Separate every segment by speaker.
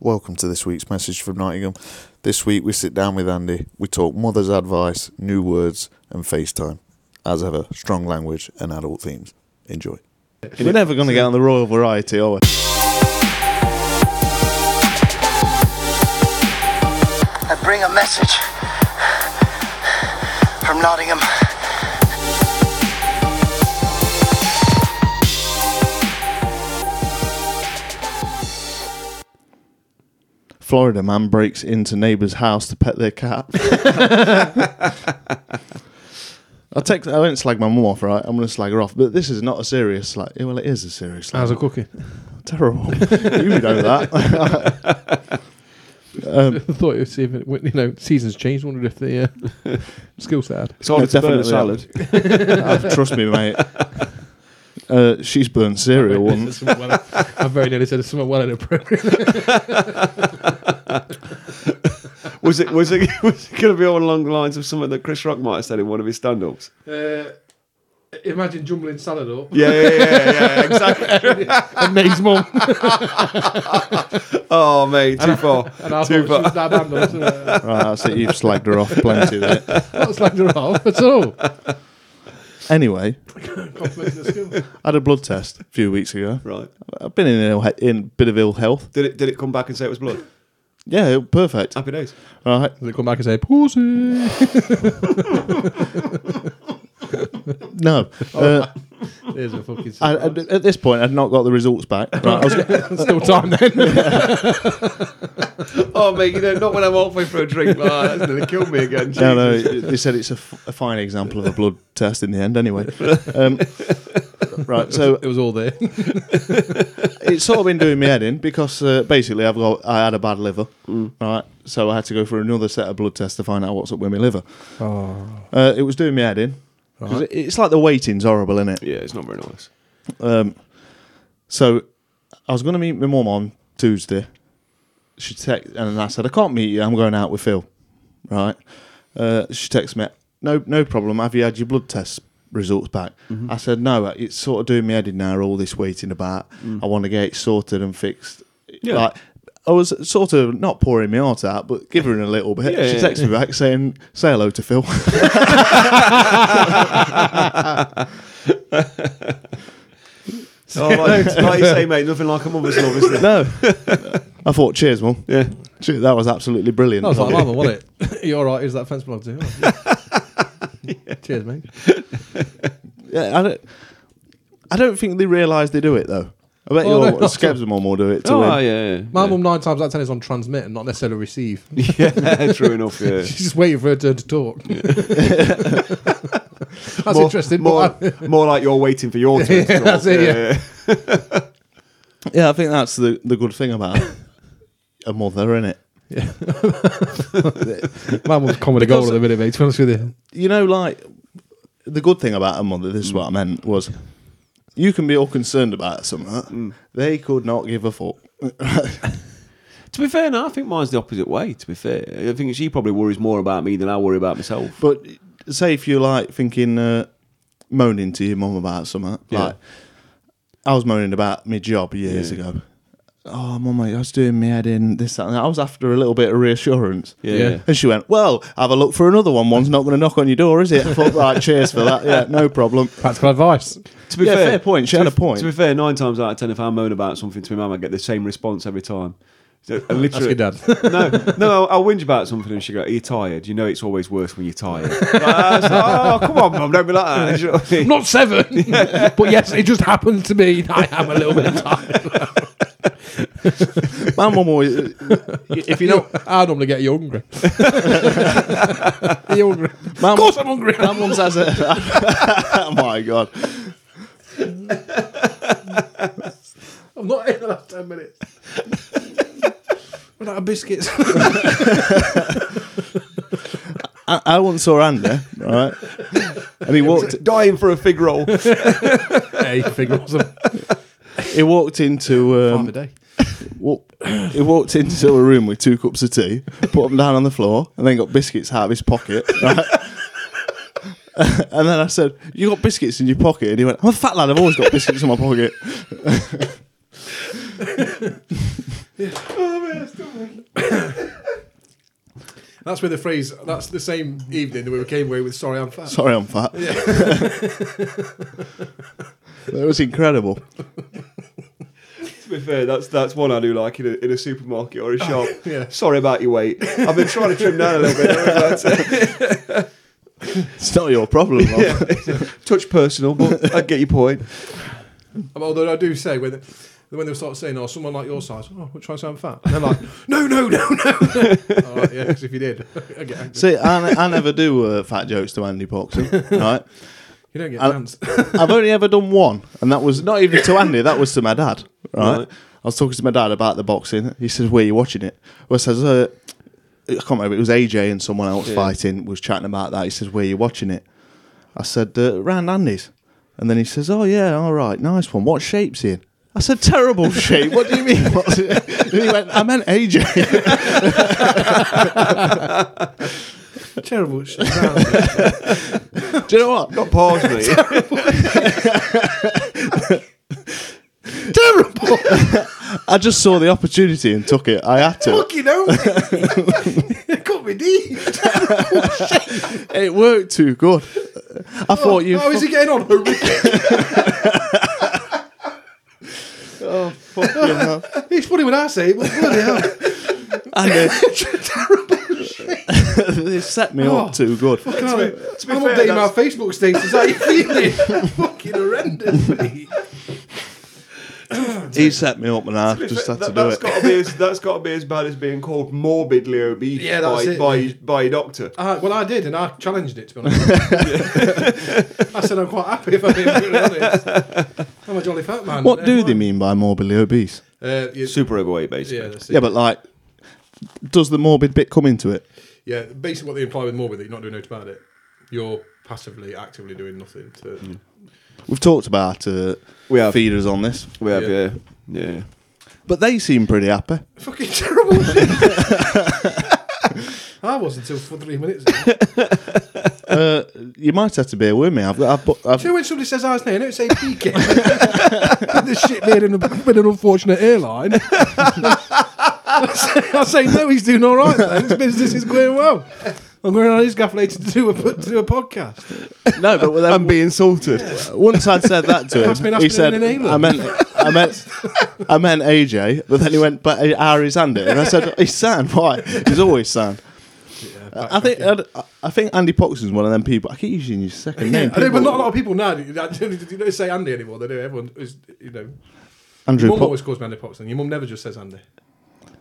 Speaker 1: Welcome to this week's message from Nottingham. This week we sit down with Andy, we talk mother's advice, new words, and FaceTime. As ever, strong language and adult themes. Enjoy.
Speaker 2: We're never going to get on the royal variety, are we?
Speaker 3: I bring a message from Nottingham.
Speaker 2: Florida man breaks into neighbor's house to pet their cat. I take. I don't slag my mum off, right? I'm going to slag her off, but this is not a serious slag. Yeah, Well, it is a serious slag.
Speaker 4: How's it cooking?
Speaker 2: terrible. you know that. Um,
Speaker 5: Um,
Speaker 4: I thought it was even, you know, seasons changed. Wondered if the uh, skill set. had.
Speaker 5: It's harder
Speaker 2: No,
Speaker 5: to burn a
Speaker 2: definitely.
Speaker 5: salad.
Speaker 2: Uh, trust me, mate. Uh, she's burned cereal once.
Speaker 4: I very nearly said it's somewhat well inappropriate.
Speaker 5: Was it was it was it going to be all along the lines of something that Chris Rock might have said in one of his stand-ups?
Speaker 4: Uh, imagine jumbling salad up.
Speaker 5: Yeah, yeah, yeah, yeah, exactly.
Speaker 4: and May's mum.
Speaker 5: Oh, mate, too far,
Speaker 4: And I thought she
Speaker 5: too far.
Speaker 4: was that handle. wasn't it?
Speaker 2: Right, that's it. You've slagged her off plenty there.
Speaker 4: uh, Not slagged her off at all.
Speaker 2: Anyway,
Speaker 4: Compliments the skill.
Speaker 2: I had a blood test a few weeks ago.
Speaker 5: Right?
Speaker 2: I've been in, Ill, in a bit of ill health.
Speaker 5: Did it did it come back and say it was blood?
Speaker 2: Yeah, perfect.
Speaker 5: Happy days.
Speaker 2: Right.
Speaker 4: Does it come back and say, pussy?
Speaker 2: No. Uh,
Speaker 4: There's a fucking.
Speaker 2: I, I- at this point, I'd not got the results back. Right, I was get-
Speaker 4: Still time then.
Speaker 5: Oh, mate, you know, not when I'm halfway for a drink. Like, that. that's going to kill me again.
Speaker 2: no, no, they said it's a, f- a fine example of a blood test in the end, anyway. Um, right, so
Speaker 4: It was all there.
Speaker 2: it's sort of been doing me head in because uh, basically I've got I had a bad liver, right? So I had to go for another set of blood tests to find out what's up with my liver. Uh, it was doing me head in 'Cause it- it's like the waiting's horrible, isn't it?
Speaker 5: Yeah, it's not very nice.
Speaker 2: Um, so I was going to meet my mum on Tuesday. She text and I said I can't meet you. I'm going out with Phil. Right? Uh, she texted me. No, no problem. Have you had your blood test results back?
Speaker 5: Mm-hmm.
Speaker 2: I said no. It's sort of doing me head in now. All this waiting about. I want to get it sorted and fixed.
Speaker 5: Mm. Yeah.
Speaker 2: Like, I was sort of not pouring my heart out, but giving her a little bit.
Speaker 5: Yeah,
Speaker 2: she
Speaker 5: yeah.
Speaker 2: texted me back saying, "Say hello to Phil."
Speaker 5: Oh, like, like you say, mate, nothing like a mother's love, is there?
Speaker 2: no, I thought, "Cheers, mum."
Speaker 5: Yeah.
Speaker 2: Che- That was absolutely brilliant.
Speaker 4: That was like lava, wasn't it? You're right. Is that fence block too? Cheers, mate.
Speaker 2: Yeah, I don't. I don't think they realise they do it though. I bet
Speaker 4: Oh,
Speaker 2: your
Speaker 4: no, not
Speaker 2: Skebs and Mum will do it to
Speaker 5: Oh,
Speaker 2: win.
Speaker 5: yeah. yeah.
Speaker 4: My mum nine times out of ten is on transmit and not necessarily receive.
Speaker 5: Yeah, true enough. Yeah.
Speaker 4: She's just waiting for her turn to talk. that's
Speaker 5: more,
Speaker 4: interesting.
Speaker 5: More,
Speaker 4: but I-
Speaker 5: more like you're waiting for your turn. to
Speaker 4: Yeah, that's
Speaker 5: talk.
Speaker 4: it, yeah.
Speaker 2: Yeah. I think that's the, the good thing about a mother, is it?
Speaker 4: my mum's comedy gold at the minute, mate. To be honest with you,
Speaker 2: You know, like the good thing about a mother. This is what I meant was you can be all concerned about something. They could not give a fuck.
Speaker 5: To be fair, no, I think mine's the opposite way. To be fair, I think she probably worries more about me than I worry about myself.
Speaker 2: But say if you're like thinking, uh, moaning to your mum about something,
Speaker 5: Yeah.
Speaker 2: like I was moaning about my job years
Speaker 5: Yeah.
Speaker 2: ago. Oh, mum, I was doing my head in this, that, and that. I was after a little bit of reassurance.
Speaker 5: Yeah,
Speaker 4: Yeah.
Speaker 5: yeah.
Speaker 2: And she went, Well, have a look for another one. One's not going to knock on your door, is it? I thought, Right, cheers for that. Yeah, no problem.
Speaker 4: practical advice.
Speaker 5: To be
Speaker 2: Yeah, fair point. She
Speaker 5: to
Speaker 2: had
Speaker 5: be-
Speaker 2: a point.
Speaker 5: To be fair, nine times out of ten, if I moan about something to my mum, I get the same response every time. So, I
Speaker 4: Ask your
Speaker 5: literally,
Speaker 4: dad.
Speaker 5: no, no, I'll whinge about something and she go, "Are you tired? You know, it's always worse when you're tired." Like, I was like, oh, come on, mum, don't be like that. You know what I mean?
Speaker 4: Not seven, but yes, it just happened to me. I am a little bit tired.
Speaker 2: My mum always, if you
Speaker 4: You
Speaker 2: know,
Speaker 4: know, I normally get you hungry. Are you hungry?
Speaker 2: my
Speaker 4: Of
Speaker 2: mum-
Speaker 4: course, I'm hungry.
Speaker 2: my mum's has a. oh my God.
Speaker 4: I'm not in the last ten minutes. Run out of biscuits.
Speaker 2: I, I once saw Andy, right? And he walked,
Speaker 5: Dying for a fig roll.
Speaker 4: hey, figure awesome.
Speaker 2: he walked into.
Speaker 4: Time
Speaker 2: Um,
Speaker 4: of day.
Speaker 2: wa- he walked into a room with two cups of tea, put them down on the floor, and then got biscuits out of his pocket. Right? and then I said, "You got biscuits in your pocket?" And he went, "I'm a fat lad. I've always got biscuits in my pocket."
Speaker 4: That's where the phrase. That's the same evening that we came away with. Sorry, I'm fat.
Speaker 2: Sorry, I'm fat. that was incredible.
Speaker 5: To be fair, that's that's one I do like in a, in a supermarket or a shop.
Speaker 4: yeah.
Speaker 5: Sorry about your weight. I've been trying to trim down a little bit. Don't worry about it.
Speaker 2: It's not your problem. Rob.
Speaker 5: Touch personal, but I get your point.
Speaker 4: Although I do say when they, when they start saying, "Oh, someone like your size," oh, we're trying to sound fat. And they're like, "No, no, no, no." no." All right, yeah, 'cause if you did, I get angry.
Speaker 2: See, I, I never do uh, fat jokes to Andy Poxon. Right,
Speaker 4: you don't get
Speaker 2: I-
Speaker 4: pants.
Speaker 2: I've only ever done one, and that was not even to Andy. That was to my dad. Right,
Speaker 5: Right.
Speaker 2: I was talking to my dad about the boxing. He says, "Where are you watching it?" Well, I says, uh, "I can't remember." It was AJ and someone else fighting. Was chatting about that. He says, "Where are you watching it?" I said, uh, "Round Andy's," and then he says, "Oh yeah, all right, nice one. What shape's he in?" I said, "Terrible shape. What do you mean?" What's it? And he went, "I meant AJ."
Speaker 4: Terrible. shit. Round.
Speaker 2: Do you know what?
Speaker 5: Not pause me.
Speaker 2: Terrible. I just saw the opportunity and took it. I had to.
Speaker 4: Fucking hell. It cut me deep.
Speaker 2: It worked too good. Oh, I thought you.
Speaker 4: Oh, How is he getting on?
Speaker 2: Oh,
Speaker 4: It's funny when I say it, but bloody hell.
Speaker 2: They set me up too good.
Speaker 4: Can't I-
Speaker 5: to be
Speaker 4: I'm
Speaker 5: fair,
Speaker 4: updating my
Speaker 5: that's-
Speaker 4: Facebook status. How you feeling? fucking horrendous, mate.
Speaker 2: He set me up, and I just had to do
Speaker 5: has
Speaker 2: it.
Speaker 5: got to be as that's got to be as bad as being called morbidly obese
Speaker 4: Yeah,
Speaker 5: by,
Speaker 4: that's it,
Speaker 5: by
Speaker 4: mate.
Speaker 5: by a doctor.
Speaker 4: Uh, well, I did, and I challenged it, to be honest. I said I'm quite happy if I'm being brutally honest. I'm a jolly fat man.
Speaker 2: What do they mean by morbidly obese?
Speaker 4: Uh, yeah,
Speaker 5: Super overweight, basically.
Speaker 4: yeah, that's it.
Speaker 2: Yeah, but like, does the morbid bit come into it?
Speaker 4: yeah, basically what they imply with morbid that you're not doing anything about it. You're passively, actively doing nothing to...
Speaker 2: We've talked about uh,
Speaker 5: We have.
Speaker 2: feeders on this,
Speaker 5: We have, yeah,
Speaker 4: Yeah.
Speaker 5: yeah.
Speaker 2: but they seem pretty happy.
Speaker 4: Fucking terrible shit. I was until for three minutes ago. Do
Speaker 2: Uh, you might have to bear with me. I've got. I've, bu-
Speaker 4: you
Speaker 2: I've,
Speaker 4: know when somebody says I's name, don't say Peaky. this shit made him a bit of an unfortunate airline. I say, no, he's doing all right, thanks. Business is going well. I'm going on his gaff later to do a, to do a podcast.
Speaker 2: no, but with
Speaker 5: I'm being salted.
Speaker 2: Once I'd said that to
Speaker 4: That's been
Speaker 2: him, he
Speaker 4: happening
Speaker 2: said,
Speaker 4: in England.
Speaker 2: "I meant, I meant, I meant AJ." But then he went, "But Ari's Andy," and I said, "He's sound. Why? He's always sound." I think I'd, I think Andy Poxon's one of them people. I keep using his second name.
Speaker 4: I know, but
Speaker 2: People-
Speaker 4: not a lot of people now. You don't say Andy anymore. They do. Everyone is, you know.
Speaker 2: Andrew.
Speaker 4: Mum
Speaker 2: Po-
Speaker 4: always calls me Andy Poxton. Your mum never just says Andy.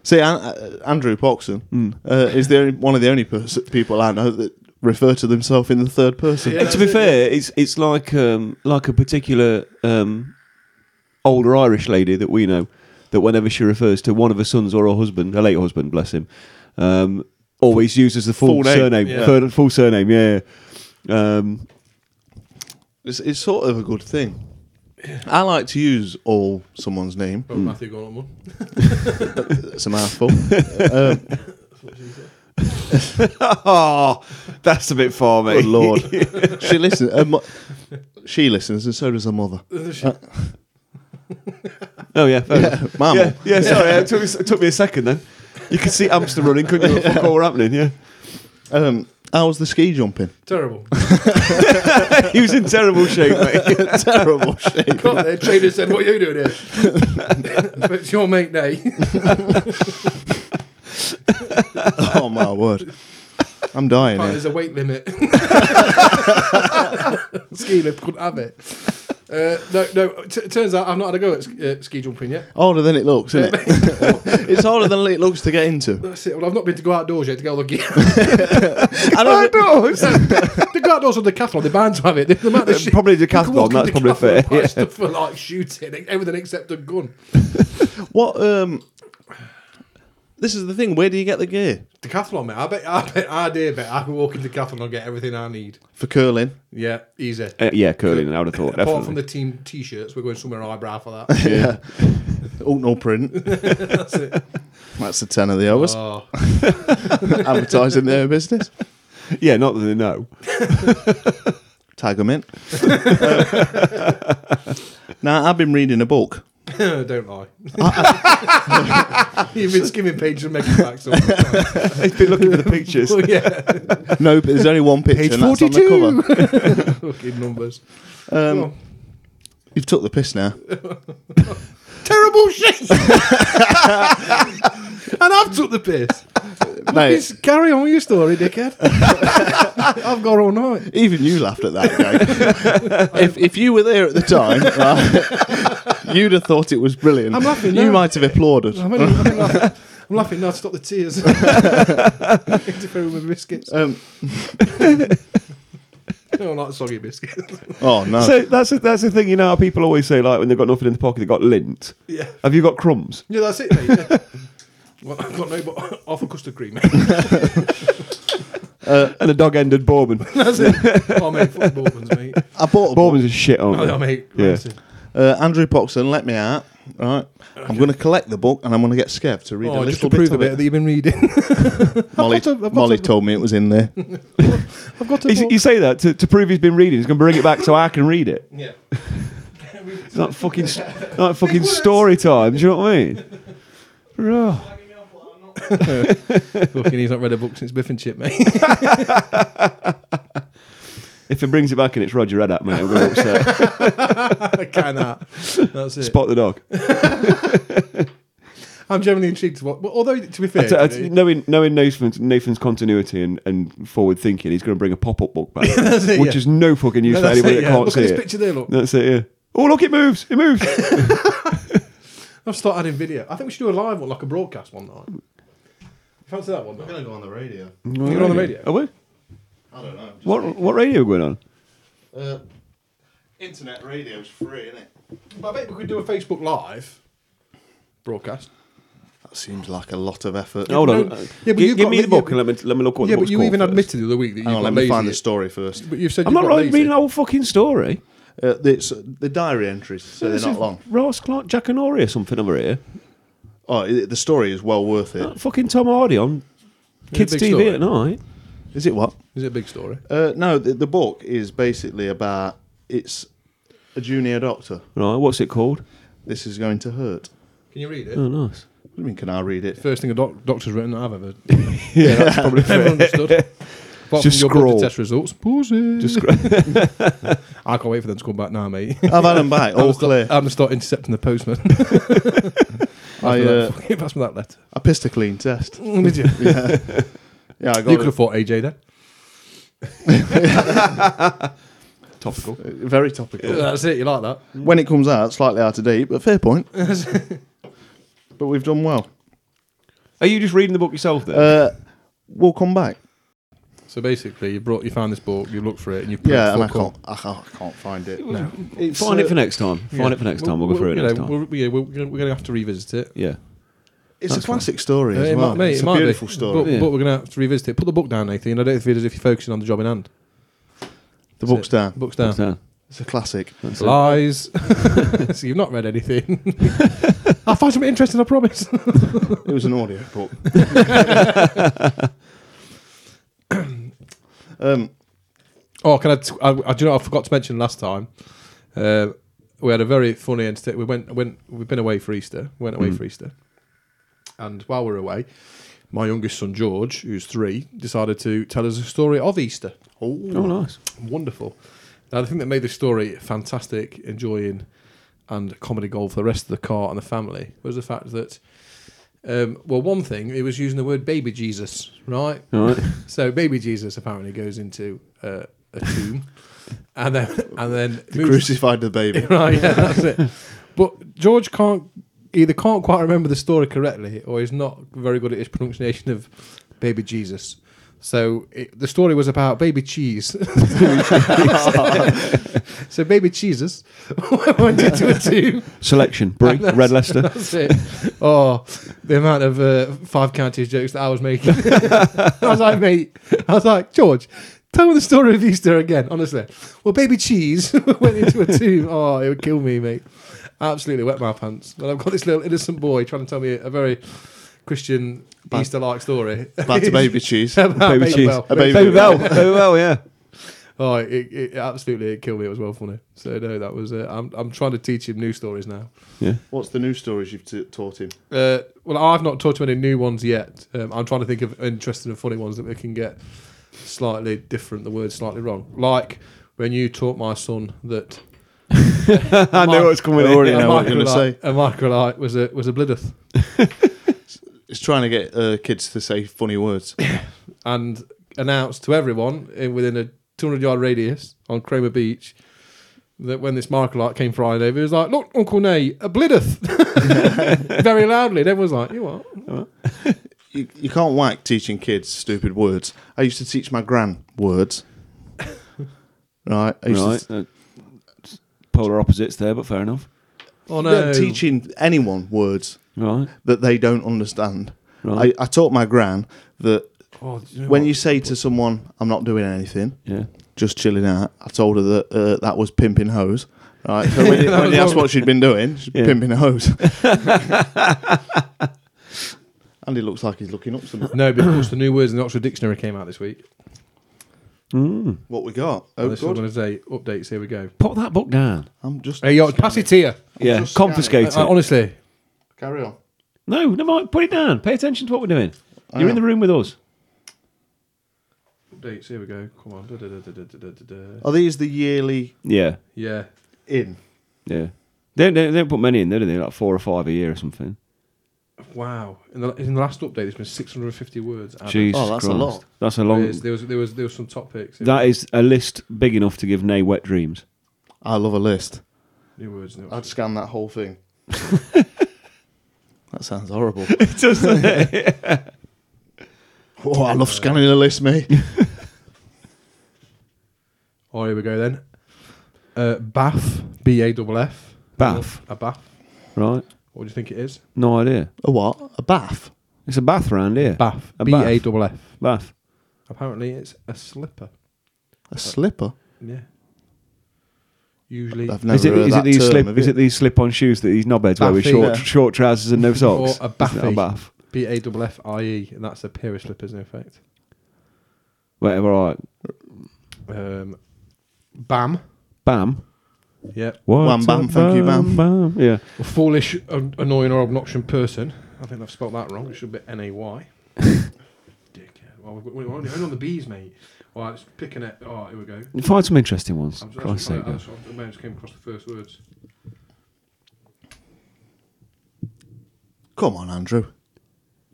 Speaker 2: See, An- uh, Andrew Poxon
Speaker 4: Hmm.
Speaker 2: uh, is the only, one of the only pers- people I know that refer to themselves in the third person.
Speaker 4: Yeah.
Speaker 5: to be fair, it's it's like um, like a particular um, older Irish lady that we know that whenever she refers to one of her sons or her husband, her late husband, bless him, um, always uses the full,
Speaker 2: Full name,
Speaker 5: surname,
Speaker 4: yeah.
Speaker 5: full, full surname, yeah. Um,
Speaker 2: It's, it's sort of a good thing. I like to use all someone's name.
Speaker 5: Hmm.
Speaker 4: Probably Matthew going on one.
Speaker 2: It's a mouthful.
Speaker 5: oh, that's a bit far, mate.
Speaker 2: Good lord. she listens. Her mo- she listens, and so does her mother.
Speaker 5: Uh, Oh yeah, fair enough.
Speaker 2: Mammal.
Speaker 5: yeah, yeah. Sorry, it took, me, it took me a second then. You could see Amsterdam running, couldn't you? What the fuck all happening? Yeah,
Speaker 2: Um, how was the ski jumping?
Speaker 4: Terrible.
Speaker 5: he was in terrible shape, mate.
Speaker 2: Terrible shape.
Speaker 4: Got there, trainer said, What are you doing here? but it's your mate day.
Speaker 2: Oh my word. I'm dying.
Speaker 4: Apparently
Speaker 2: Here.
Speaker 4: There's a weight limit. Ski lift couldn't have it. Uh, no, no. T- turns out I've not had a go at sk- uh, ski jumping yet.
Speaker 2: Harder than it looks, isn't it? it's harder than it looks to get into.
Speaker 4: That's it. Well, I've not been to go outdoors yet to get all the gear.
Speaker 2: I don't,
Speaker 5: Outdoors.
Speaker 4: the go outdoors on the cathlon, they're bound to have it. The amount of shit-
Speaker 5: Uh, Probably
Speaker 4: You can walk in
Speaker 5: Decathlon.
Speaker 4: the
Speaker 5: That's probably
Speaker 4: Decathlon
Speaker 5: fair.
Speaker 4: and buy Stuff for like shooting, everything except a gun.
Speaker 2: what um this is the thing, where do you get the gear?
Speaker 4: Decathlon, mate. I bet, I bet, I dare bet I can walk into Decathlon and get everything I need.
Speaker 2: For curling.
Speaker 4: Yeah, easy.
Speaker 5: Uh, yeah, curling. I would have thought.
Speaker 4: Apart
Speaker 5: Definitely.
Speaker 4: from the team t-shirts, we're going somewhere eyebrow for that.
Speaker 2: Yeah. Ultnall print. That's
Speaker 4: it.
Speaker 2: That's the ten of the hours.
Speaker 4: oh,
Speaker 2: Advertising their business.
Speaker 5: yeah, not that they know.
Speaker 2: Tag them in. now I've been reading a book.
Speaker 4: Don't lie. You've been skimming pages and making facts up.
Speaker 5: He's been looking for the pictures.
Speaker 4: well, yeah,
Speaker 2: no, but there's only one picture.
Speaker 6: Page
Speaker 2: and that's on the
Speaker 6: 42.
Speaker 2: cover.
Speaker 4: fucking numbers. Oh,
Speaker 2: Um,
Speaker 4: Go on.
Speaker 2: You've took the piss now.
Speaker 4: Terrible shit. and I've took the piss.
Speaker 2: Mate,
Speaker 4: Just carry on with your story, dickhead. I've got all night.
Speaker 2: Even you laughed at that guy. if, if you were there at the time, right, you'd have thought it was brilliant.
Speaker 4: I'm laughing
Speaker 2: You
Speaker 4: now. Um,
Speaker 2: might have applauded.
Speaker 4: I'm, only, I'm, laughing, I'm laughing now to stop the tears. Interfering with biscuits.
Speaker 2: Um,
Speaker 4: No, not soggy biscuits.
Speaker 2: oh no!
Speaker 5: So that's the, that's the thing, you know. How people always say, like, when they've got nothing in the pocket, they've got lint.
Speaker 4: yeah.
Speaker 5: Have you got crumbs?
Speaker 4: Yeah, that's it, mate. Yeah. Well, I've got no but half a custard cream.
Speaker 5: And a dog-ended bourbon.
Speaker 4: That's it. Oh, mate, fuck Bourbons, mate.
Speaker 2: I bought a book.
Speaker 5: Bourbons are shit, aren't
Speaker 4: Oh,
Speaker 5: they?
Speaker 4: no, mate.
Speaker 5: Yeah.
Speaker 4: honestly.
Speaker 2: Uh, Andrew Poxon let me out. Right, I'm going to collect the book and I'm going to get Skev to read a
Speaker 4: Oh, just to
Speaker 2: little bit
Speaker 4: prove a
Speaker 2: of
Speaker 4: bit
Speaker 2: it.
Speaker 4: that you've been reading.
Speaker 2: Molly,
Speaker 4: got a- I've got
Speaker 2: Molly
Speaker 4: a-
Speaker 2: told me it was in there.
Speaker 4: I've got
Speaker 5: He's- you say that to, to prove he's been reading. He's going to bring it back so I can read it.
Speaker 4: Yeah.
Speaker 5: It's not fucking, s- not fucking story time. Do you know what I mean? Bro.
Speaker 4: Fucking, he's not read a book since Biff and Chip, mate.
Speaker 5: If he brings it back and it's Roger Redat, mate, I'm going to be upset.
Speaker 4: I cannot. That's it.
Speaker 5: Spot the dog.
Speaker 4: I'm generally intrigued to what. But although, to be fair,
Speaker 5: T- uh,
Speaker 4: you know,
Speaker 5: knowing knowing Nathan's, Nathan's continuity and, and forward thinking, he's going to bring a pop up book back,
Speaker 4: That's it,
Speaker 5: which
Speaker 4: yeah.
Speaker 5: is no fucking use
Speaker 4: No,
Speaker 5: for
Speaker 4: that's
Speaker 5: anybody
Speaker 4: it,
Speaker 5: that
Speaker 4: yeah.
Speaker 5: can't
Speaker 4: Look
Speaker 5: see
Speaker 4: at this
Speaker 5: it.
Speaker 4: picture there, look.
Speaker 5: That's it. Yeah. Oh, look, it moves. It moves.
Speaker 4: I've started adding video. I think we should do a live one, like a broadcast one night. Fancy that one? We're
Speaker 7: gonna go on the radio.
Speaker 4: on the radio.
Speaker 5: Are we?
Speaker 7: I don't know.
Speaker 5: Oh, What what radio are we going on?
Speaker 7: Uh, internet radio's free, isn't it?
Speaker 4: But I bet we could do a Facebook live broadcast.
Speaker 2: That seems like a lot of effort.
Speaker 5: Hold
Speaker 4: no,
Speaker 5: on.
Speaker 4: yeah,
Speaker 5: Uh,
Speaker 4: but
Speaker 5: gi-
Speaker 4: you've
Speaker 5: give
Speaker 4: got-
Speaker 5: me
Speaker 4: yeah,
Speaker 5: the book
Speaker 4: but-
Speaker 5: and let me let me look what
Speaker 4: yeah,
Speaker 5: the
Speaker 4: but
Speaker 5: book's
Speaker 4: you
Speaker 5: called
Speaker 4: even
Speaker 5: first.
Speaker 4: admitted the other week that you
Speaker 2: Hang on,
Speaker 4: got
Speaker 2: let me
Speaker 4: lazy.
Speaker 2: find the story first.
Speaker 4: But you've said
Speaker 5: I'm
Speaker 4: you've
Speaker 5: not
Speaker 4: got
Speaker 5: right,
Speaker 4: lazy.
Speaker 5: reading the whole fucking story.
Speaker 2: Uh, it's uh, the diary entries, so they're
Speaker 5: This
Speaker 2: not
Speaker 5: is
Speaker 2: long.
Speaker 5: Ross Clark, Jack and Ori or something over here.
Speaker 2: Oh, i the story is well worth it.
Speaker 5: That fucking Tom Hardy on kids'
Speaker 4: big
Speaker 5: TV
Speaker 4: story.
Speaker 5: at night.
Speaker 2: Is it what?
Speaker 4: Is it a big story?
Speaker 2: Uh, no, the, the book is basically about it's a junior doctor.
Speaker 5: Right, what's it called?
Speaker 2: This is going to hurt.
Speaker 4: Can you read it?
Speaker 5: Oh, nice.
Speaker 2: What do you mean? Can I read it?
Speaker 4: Hmm. First thing a doc- doctor's written that I've ever
Speaker 5: Yeah, that's probably
Speaker 4: ever understood. Apart
Speaker 5: Just
Speaker 4: from your blood
Speaker 5: scroll.
Speaker 4: test results. Pause it.
Speaker 5: Just
Speaker 4: I can't wait for them to come back now, mate.
Speaker 2: I've had them back.
Speaker 4: I'm
Speaker 2: All
Speaker 4: gonna start-
Speaker 2: clear.
Speaker 4: I'm going to start intercepting the postman.
Speaker 2: I, uh,
Speaker 4: Fucking Pass me that letter.
Speaker 2: I pissed a clean test.
Speaker 4: Did you?
Speaker 2: Yeah, I
Speaker 4: You could
Speaker 2: got
Speaker 4: have fought AJ then.
Speaker 5: topical.
Speaker 2: it. Very topical.
Speaker 4: That's it. You like that?
Speaker 2: When it comes out, slightly out of date, but fair point. but we've done well.
Speaker 5: Are you just reading the book yourself then?
Speaker 2: Uh, we'll come back.
Speaker 4: So basically, you brought, you found this book, you looked for it, and you put
Speaker 2: Yeah,
Speaker 4: it
Speaker 2: and I
Speaker 4: fuck all.
Speaker 2: can't, I can't, I can't find it.
Speaker 5: It's, Find it
Speaker 2: uh,
Speaker 5: for next time. Find it for next time. We'll go through it
Speaker 4: you
Speaker 5: next
Speaker 4: know,
Speaker 5: time.
Speaker 4: We're, yeah, we're, gonna- we're going to have to revisit it.
Speaker 5: yeah.
Speaker 2: It's a
Speaker 5: That's
Speaker 2: classic story
Speaker 4: Uh,
Speaker 2: as
Speaker 4: it
Speaker 2: well.
Speaker 4: might, mate,
Speaker 2: it's
Speaker 4: it
Speaker 2: a
Speaker 4: might
Speaker 2: beautiful
Speaker 4: be,
Speaker 2: story.
Speaker 4: But,
Speaker 5: Yeah.
Speaker 4: but we're going to have to revisit it. Put the book down, Nathan. I don't feel as if you're focusing on the job in hand.
Speaker 2: the book's down.
Speaker 4: Book's down.
Speaker 5: So,
Speaker 2: It's a classic.
Speaker 5: that's it.
Speaker 4: Lies. so you've not read anything. I find something interesting, I promise.
Speaker 2: It was an audio book. um,
Speaker 4: Oh, can I? T- I, I do you know. what I forgot to mention last time. Uh, we had a very funny and we went went we've been away for Easter. Went
Speaker 5: Mm.
Speaker 4: away for Easter, and while we are away, my youngest son George, who's three, decided to tell us a story of Easter.
Speaker 5: Oh, nice.
Speaker 4: Wonderful. Now, the thing that made this story fantastic, enjoying, and comedy gold for the rest of the car and the family was the fact that, um, well, one thing, it was using the word baby Jesus, right?
Speaker 5: All right.
Speaker 4: So baby Jesus apparently goes into uh, a tomb, and then and then moves,
Speaker 2: crucified the baby.
Speaker 4: right, yeah, that's it. But George can't either can't quite remember the story correctly, or he's not very good at his pronunciation of baby Jesus. So it, the story was about baby cheese. so baby Jesus went into a tomb.
Speaker 5: Selection. Brie,
Speaker 4: That's-
Speaker 5: Red Leicester.
Speaker 4: That's it. Oh, the amount of uh, five counties jokes that I was making. I was like, mate, I was like, George, tell me the story of Easter again, honestly. Well, baby cheese went into a tomb. Oh, it would kill me, mate. Absolutely wet my pants. But I've got this little innocent boy trying to tell me a very Christian Easter like story.
Speaker 2: Back to baby cheese.
Speaker 4: About
Speaker 5: Baby cheese.
Speaker 4: Bell.
Speaker 2: A baby-
Speaker 5: Baby Bell. Baby Bell, yeah.
Speaker 4: Oh, it, it absolutely it killed me. It was well funny. So no, that was. Uh, I'm I'm trying to teach him new stories now.
Speaker 5: Yeah.
Speaker 2: What's the new stories you've t- taught him?
Speaker 4: Uh, well, I've not taught him any new ones yet. Um, I'm trying to think of interesting and funny ones that we can get slightly different. The word slightly wrong, like when you taught my son that
Speaker 5: I know what's coming in.
Speaker 2: already know what you're going to say.
Speaker 4: microlite- a microlite was a was a blidith,
Speaker 2: It's trying to get uh, kids to say funny words.
Speaker 4: and announced to everyone in, within a 200 yard radius on Cromer Beach that when this microlite came flying over, he was like, "Look, Uncle Nay, a blidith," very loudly. And everyone was like, "You what?"
Speaker 2: You, you can't whack teaching kids stupid words. I used to teach my gran words. right. I used to
Speaker 5: Right. uh, polar opposites there, but fair enough.
Speaker 4: Oh
Speaker 2: No, teaching anyone words
Speaker 5: Right.
Speaker 2: that they don't understand.
Speaker 5: Right.
Speaker 2: I, I taught my gran that
Speaker 4: Oh, do you know
Speaker 2: when
Speaker 4: what?
Speaker 2: you say to someone, "I'm not doing anything,
Speaker 5: yeah.
Speaker 2: just chilling out," I told her that uh, that was pimping hose. Right, so when,
Speaker 4: That
Speaker 2: when
Speaker 4: was
Speaker 2: that's
Speaker 4: all-
Speaker 2: what she'd been doing, she's
Speaker 5: Yeah.
Speaker 2: pimping a hose. Andy looks like he's looking up something.
Speaker 4: No, but of course, the new words in the Oxford Dictionary came out this week.
Speaker 5: Mm.
Speaker 2: What we got?
Speaker 4: Oh,
Speaker 2: Oh,
Speaker 4: this is
Speaker 2: good.
Speaker 4: going to say updates. Here we go.
Speaker 5: Put that book down.
Speaker 2: I'm just.
Speaker 4: Hey, yo, pass it here.
Speaker 5: Yeah.
Speaker 2: just
Speaker 5: Confiscate it.
Speaker 4: Uh, honestly,
Speaker 2: Carry on.
Speaker 5: no, no, mind. Put it down. Pay attention to what we're doing. You're in the room with us.
Speaker 4: updates. Here we go. Come on. Da, da, da, da, da, da, da, da.
Speaker 2: Are these the yearly
Speaker 5: Yeah.
Speaker 4: Yeah.
Speaker 2: in?
Speaker 5: Yeah. They don't, they don't put many in, do they? Like four or five a year or something.
Speaker 4: Wow. In the, in the last update, there's been 650 words. added.
Speaker 5: Jesus
Speaker 2: Oh, that's a
Speaker 5: Christ.
Speaker 2: lot.
Speaker 5: That's a
Speaker 4: There
Speaker 5: long.
Speaker 4: is- There was there was there was some top picks.
Speaker 5: That is a list big enough to give Nay wet dreams.
Speaker 2: I love a list.
Speaker 4: new words. New
Speaker 2: I'd scan that whole thing. that sounds horrible. oh, I love scanning a list, mate.
Speaker 4: Oh, here we go then. Uh, Baff. B A double F.
Speaker 5: Baff.
Speaker 4: A baff.
Speaker 5: Right?
Speaker 4: What do you think it is?
Speaker 5: No idea.
Speaker 2: A what? A bath?
Speaker 5: It's a bath round here.
Speaker 4: Baff.
Speaker 5: A
Speaker 4: B A
Speaker 5: baff.
Speaker 4: double F.
Speaker 5: bath.
Speaker 4: Apparently, it's a slipper.
Speaker 2: A slipper?
Speaker 4: Yeah. Usually.
Speaker 2: I've never
Speaker 5: Is it,
Speaker 2: heard
Speaker 5: is
Speaker 2: that
Speaker 5: it these
Speaker 2: term,
Speaker 5: slip?
Speaker 2: have
Speaker 5: Is
Speaker 2: you?
Speaker 5: it these slip-on shoes that these knobheads wear with
Speaker 4: Baffy.
Speaker 5: short,
Speaker 2: Yeah.
Speaker 5: short trousers and no socks?
Speaker 4: Or a
Speaker 5: Isn't it
Speaker 4: baffy.
Speaker 5: A bath.
Speaker 4: B A double F I E, and that's a pair of slippers in effect.
Speaker 5: Whatever. Right.
Speaker 4: Um, bam.
Speaker 5: Bam.
Speaker 4: Yep.
Speaker 5: What?
Speaker 2: Wham, bam, thank you, ma'am.
Speaker 5: Bam. Yeah.
Speaker 4: A foolish, an- annoying, or obnoxious person. I think I've spelled that wrong. It should be N A Y. Dickhead. Well, we've got- we're only, only on the bees, mate. All right, it's picking it. Oh, here we go.
Speaker 5: Find some interesting ones.
Speaker 4: I'm just,
Speaker 5: Christ's
Speaker 4: I,
Speaker 5: sake.
Speaker 4: I, just, I just came across the first words.
Speaker 2: Come on, Andrew.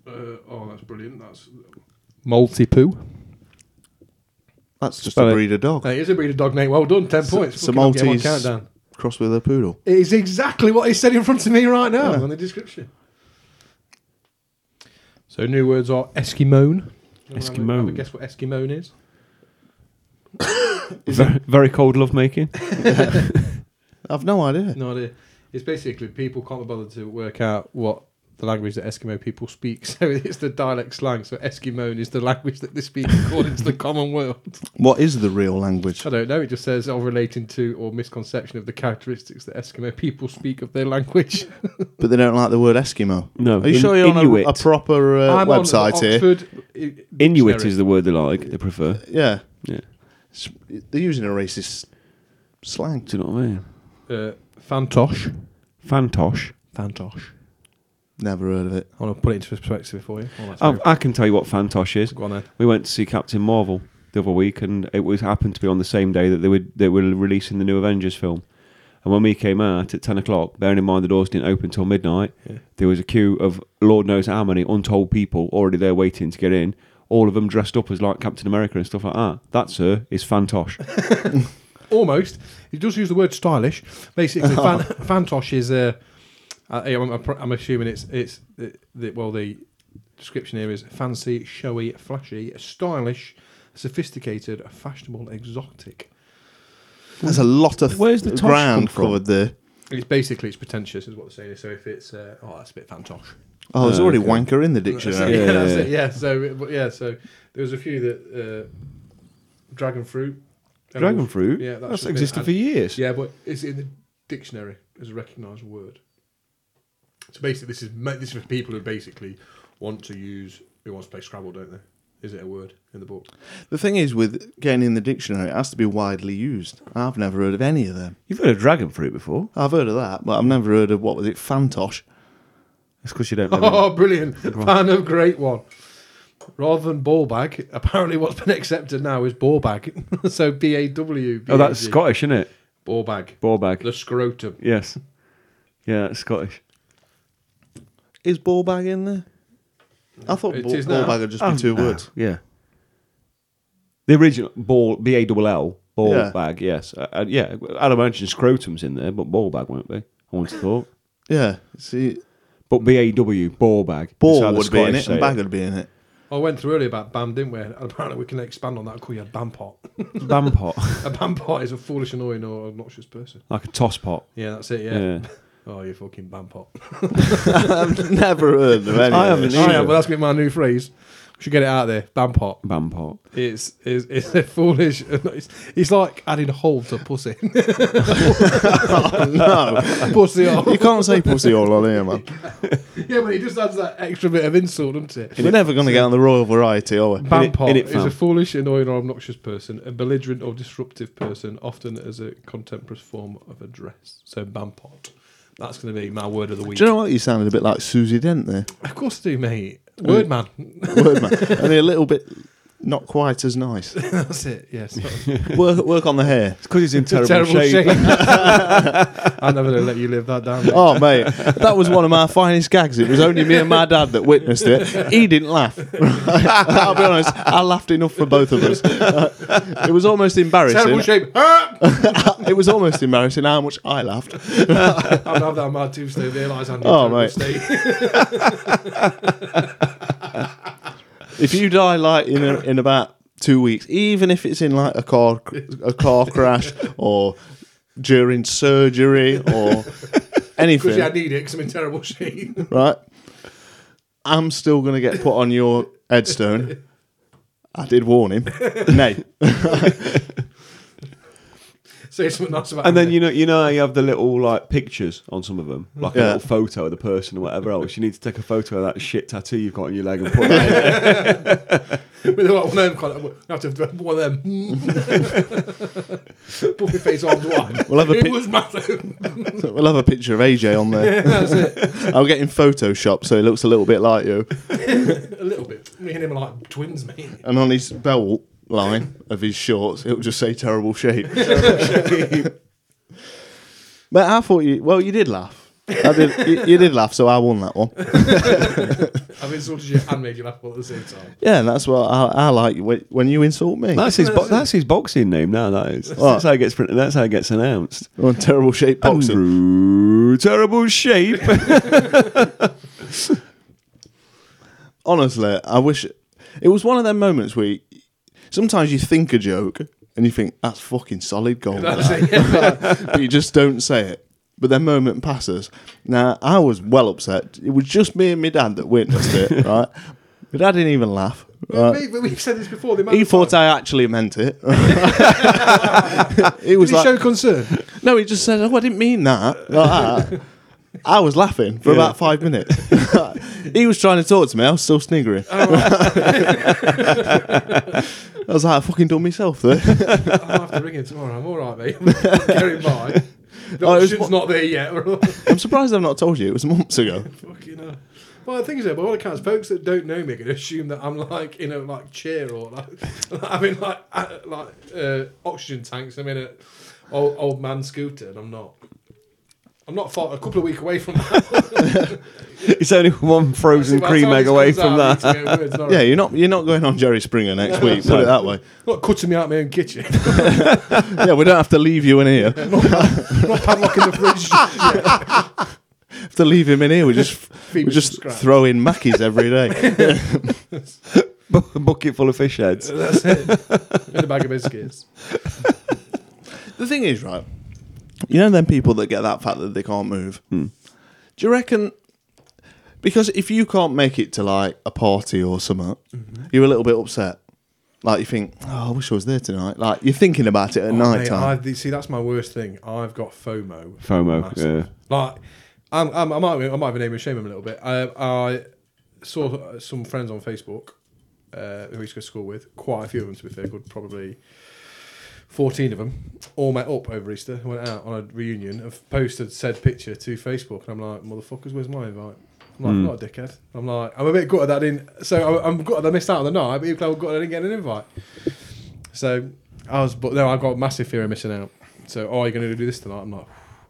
Speaker 4: Uh, oh, that's brilliant. That's multi poo.
Speaker 2: That's just
Speaker 5: Spell
Speaker 2: a
Speaker 5: it. Uh,
Speaker 2: breed of dog.
Speaker 4: It is a breed of dog, mate. Well done. Ten points.
Speaker 2: it's a
Speaker 4: Fucking hell, get one
Speaker 2: Maltese.
Speaker 4: Countdown.
Speaker 2: Cross with a poodle.
Speaker 4: It is exactly what he said in front of me right now on the description. So new words are Eskimoan.
Speaker 5: Eskimoan.
Speaker 4: Have a guess what Eskimoan is?
Speaker 5: Very, very cold lovemaking.
Speaker 2: I've no idea.
Speaker 4: No idea. It's basically people can't be bothered to work out what the language that Eskimo people speak. So it's the dialect slang. So Eskimoan is the language that they speak according to the common world.
Speaker 2: What is the real language?
Speaker 4: I don't know. It just says or relating to or misconception of the characteristics that Eskimo people speak of their language.
Speaker 2: But they don't like the word Eskimo.
Speaker 5: No.
Speaker 2: Are you
Speaker 5: In-
Speaker 2: sure you're on
Speaker 5: Inuit.
Speaker 2: a, a proper uh,
Speaker 4: I'm on
Speaker 2: website here?
Speaker 4: Oxford, uh,
Speaker 5: Inuit
Speaker 4: dictionary.
Speaker 5: is the word they like. They prefer.
Speaker 2: Yeah.
Speaker 5: Yeah.
Speaker 2: It's- They're using a racist slang.
Speaker 5: Do you know what I mean?
Speaker 4: uh, fantosh.
Speaker 5: Fantosh.
Speaker 4: Fantosh.
Speaker 2: Never heard of it.
Speaker 4: I want to put it into perspective for you. Oh, that's
Speaker 5: I, I can tell you what Fantosh is.
Speaker 4: Go on then.
Speaker 5: We went to see Captain Marvel the other week, and it was happened to be on the same day that they were they were releasing the new Avengers film. And when we came out at ten o'clock, bearing in mind the doors didn't open till midnight,
Speaker 4: Yeah.
Speaker 5: there was a queue of Lord knows how many untold people already there waiting to get in. All of them dressed up as like Captain America and stuff like that. That, sir, is Fantosh.
Speaker 4: Almost. He does use the word stylish. Basically, fan, fantosh is uh, I, I'm, I'm assuming it's it's the, the, well the description here is fancy, showy, flashy, stylish, sophisticated, fashionable, exotic.
Speaker 2: There's a lot of
Speaker 5: Where's the tosh come
Speaker 2: ground
Speaker 5: from?
Speaker 2: covered there.
Speaker 4: It's basically it's pretentious, is what they're saying. So if it's uh, oh, that's a bit fantosh.
Speaker 2: Oh, there's
Speaker 5: Oh,
Speaker 2: already
Speaker 5: okay.
Speaker 2: wanker in the
Speaker 4: So,
Speaker 2: dictionary.
Speaker 4: yeah,
Speaker 5: Yeah,
Speaker 4: that's
Speaker 5: yeah,
Speaker 4: it. Yeah. So but yeah. So there was a few that uh, dragon fruit.
Speaker 5: Dragon fruit.
Speaker 4: Yeah, that's
Speaker 5: that's
Speaker 4: just been
Speaker 5: existed for
Speaker 4: added.
Speaker 5: years.
Speaker 4: Yeah, but it's in the dictionary as a recognised word. So basically, this is ma- this is for people who basically want to use who wants to play Scrabble, don't they? Is it a word in the book?
Speaker 2: The thing is, with getting in the dictionary, it has to be widely used. I've never heard of any of them.
Speaker 5: You've heard of dragon fruit before.
Speaker 2: I've heard of that, but I've never heard of what was it, Fantosh?
Speaker 5: That's because you don't live in-
Speaker 4: Oh, brilliant. Fan of great one. Rather than ball bag, apparently what's been accepted now is ball bag. so B A W.
Speaker 5: Oh, that's Scottish, isn't it?
Speaker 4: Ball bag.
Speaker 5: Ball bag.
Speaker 4: The scrotum.
Speaker 5: Yes. Yeah, that's Scottish.
Speaker 2: Is ball bag in there? I thought
Speaker 4: It
Speaker 2: ball,
Speaker 4: is
Speaker 2: ball
Speaker 4: now.
Speaker 2: bag would just be
Speaker 5: Oh,
Speaker 2: two
Speaker 5: no.
Speaker 2: words.
Speaker 5: Yeah. The original ball, B A double L, ball
Speaker 2: Yeah.
Speaker 5: bag, yes. Uh, uh, yeah, I'd imagine scrotum's in there, but ball bag won't be. I would have thought.
Speaker 2: Yeah. See,
Speaker 5: But B A W, ball bag. that's
Speaker 2: ball
Speaker 5: how the
Speaker 2: would be in
Speaker 5: Scottish
Speaker 2: it
Speaker 5: say
Speaker 2: and bag would be in it.
Speaker 4: I went through earlier about BAM, didn't we? And apparently we can expand on that and call you a BAM pot.
Speaker 5: Bam pot,
Speaker 4: a BAM pot is a foolish, annoying, or obnoxious person.
Speaker 5: like a toss pot.
Speaker 4: Yeah, that's it, yeah.
Speaker 5: Yeah.
Speaker 4: Oh, you fucking BAM pot.
Speaker 2: I've never heard of any.
Speaker 5: I
Speaker 2: of
Speaker 5: haven't
Speaker 2: this.
Speaker 5: either.
Speaker 4: Oh, yeah, well, that's been my new phrase. We should get it out there. BAM pot.
Speaker 5: Bam pot.
Speaker 4: It's, it's, it's a foolish. It's, it's like adding hole to pussy.
Speaker 2: no,
Speaker 4: pussy hole.
Speaker 2: you can't say pussy all on here, man.
Speaker 4: Yeah, but it just adds that extra bit of insult, doesn't it?
Speaker 2: We're never going to get on the royal variety, are we?
Speaker 5: In it-
Speaker 4: Bampot
Speaker 5: in it,
Speaker 4: is
Speaker 5: fam.
Speaker 4: a foolish, annoying, or obnoxious person, a belligerent or disruptive person, often as a contemporary form of address. So Bampot. That's going to be my word of the week.
Speaker 2: Do you know what? You sounded a bit like Susie Dent there,
Speaker 4: Of course I do, mate. Word man.
Speaker 2: word man. Only a little bit, not quite as nice.
Speaker 4: That's it, yes.
Speaker 2: Work, work on the hair.
Speaker 5: It's because it's in terrible, shape.
Speaker 4: I'm never going to let you live that down. mate.
Speaker 2: Oh mate, that was one of my finest gags. It was only me and my dad that witnessed it. He didn't laugh. I'll be honest, I laughed enough for both of us. Uh, It was almost
Speaker 4: Terrible
Speaker 2: embarrassing.
Speaker 4: shape. Ah!
Speaker 2: It was almost embarrassing how much I laughed.
Speaker 4: I'll have that on my tombstone. Realise I'm
Speaker 2: Oh,
Speaker 4: oh,
Speaker 2: mate.
Speaker 4: mate. State.
Speaker 2: If you die like in a, in about two weeks, even if it's in like a car cr- a car crash or during surgery or
Speaker 4: Because
Speaker 2: anything,
Speaker 4: yeah, I need it because I'm in terrible shape.
Speaker 2: right? I'm still going to get put on your headstone. I did warn him. Nay.
Speaker 4: Say something nice about
Speaker 5: And
Speaker 4: me.
Speaker 5: then you know, you know, how you have the little like pictures on some of them, like
Speaker 2: Yeah.
Speaker 5: a little photo of the person or whatever else. You need to take a photo of that shit tattoo you've got on your leg and put that. in.
Speaker 4: With one of them, kind of, I have to have one of them. Puppy face arms wide.
Speaker 2: We'll have a
Speaker 4: it
Speaker 2: pic-
Speaker 4: was massive.
Speaker 2: We'll have a picture of AJ on there. I'll get in Photoshop so he looks a little bit like you.
Speaker 4: a little bit. Me and him are like twins, mate.
Speaker 2: And on his belt line of his shorts, it'll just say terrible shape. but I thought you, well, you did laugh. I did, you, you did laugh, so I won that one.
Speaker 4: I've insulted you and made you laugh all at the same time.
Speaker 2: Yeah, and that's what I, I like when, when you insult me.
Speaker 5: That's his. Bo- that's his boxing name now. That is. That's how it gets. printed. That's how it gets announced.
Speaker 2: Well, terrible shape boxing.
Speaker 5: Andrew, terrible shape.
Speaker 2: honestly, I wish it was one of them moments where you- sometimes you think a joke and you think that's fucking solid gold,
Speaker 4: That's
Speaker 2: that."
Speaker 4: it. Yeah.
Speaker 2: but you just don't say it. But then moment passes. Now I was well upset. It was just me and my dad that witnessed it, right? My dad didn't even laugh. Right?
Speaker 4: Mate, but we've said this before. The amount
Speaker 2: He
Speaker 4: of
Speaker 2: thought
Speaker 4: time-
Speaker 2: I actually meant it. it was
Speaker 4: Did he
Speaker 2: like,
Speaker 4: show concern?
Speaker 2: no, he just said, "Oh, I didn't mean that." Like that. I was laughing for about five minutes. he was trying to talk to me. I was still sniggering.
Speaker 4: Oh,
Speaker 2: I was like, "I fucking done myself there."
Speaker 4: I'll have to ring him tomorrow. I'm all right, mate. Carry by. The
Speaker 2: Oh, it was
Speaker 4: option's
Speaker 2: what-
Speaker 4: not there yet. We're all
Speaker 2: I'm surprised I've not told you. It was months ago.
Speaker 4: fucking up. Well, the thing is, though, by all accounts, folks that don't know me are going to assume that I'm like in a like chair or like, like I'm in like uh, like uh, oxygen tanks. I'm in a old, old man scooter, and I'm not. I'm not far, a couple of weeks away from that.
Speaker 5: It's only one frozen
Speaker 4: By the
Speaker 5: cream
Speaker 4: time
Speaker 5: egg
Speaker 4: this
Speaker 5: away
Speaker 4: comes
Speaker 5: from
Speaker 4: out,
Speaker 5: that.
Speaker 4: I need to go words, not
Speaker 2: Yeah,
Speaker 4: right.
Speaker 2: you're not you're not going on Jerry Springer next week. Put it that way.
Speaker 4: Not cutting me out my own kitchen.
Speaker 2: Yeah, we don't have to leave you in here. Have
Speaker 4: not padlocking the fridge. Yeah.
Speaker 2: to leave him in here. We just we
Speaker 4: Feed me
Speaker 2: just
Speaker 4: some scraps.
Speaker 2: throw in Mackies every day.
Speaker 5: Bu- A bucket full of fish heads.
Speaker 4: That's it. In a bag of biscuits.
Speaker 2: The thing is, right? You know them people that get that fact that they can't move. Do you reckon? Because if you can't make it to like a party or something,
Speaker 4: Mm-hmm.
Speaker 2: you're a little bit upset. Like you think, oh, I wish I was there tonight. Like you're thinking about it at
Speaker 4: Oh,
Speaker 2: night
Speaker 4: mate,
Speaker 2: time.
Speaker 4: I- th- see, that's my worst thing. I've got FOMO.
Speaker 5: FOMO,
Speaker 4: Massive. Like, I'm, I'm, I might, I might have a name and shame him a little bit. I, I saw uh, some friends on Facebook uh, who I used to go to school with, quite a few of them to be fair, good probably 14 of them, all met up over Easter, went out on a reunion and posted said picture to Facebook. And I'm like, motherfuckers, where's my invite? I'm like, I'm not a dickhead. I'm like, I'm a bit gutted that I didn't. So I- I'm gutted I missed out on the night, but equally I'm gutted I didn't get an invite. So I was, but no, I've got a massive fear of missing out. So, oh, are you going to do this tonight? I'm like,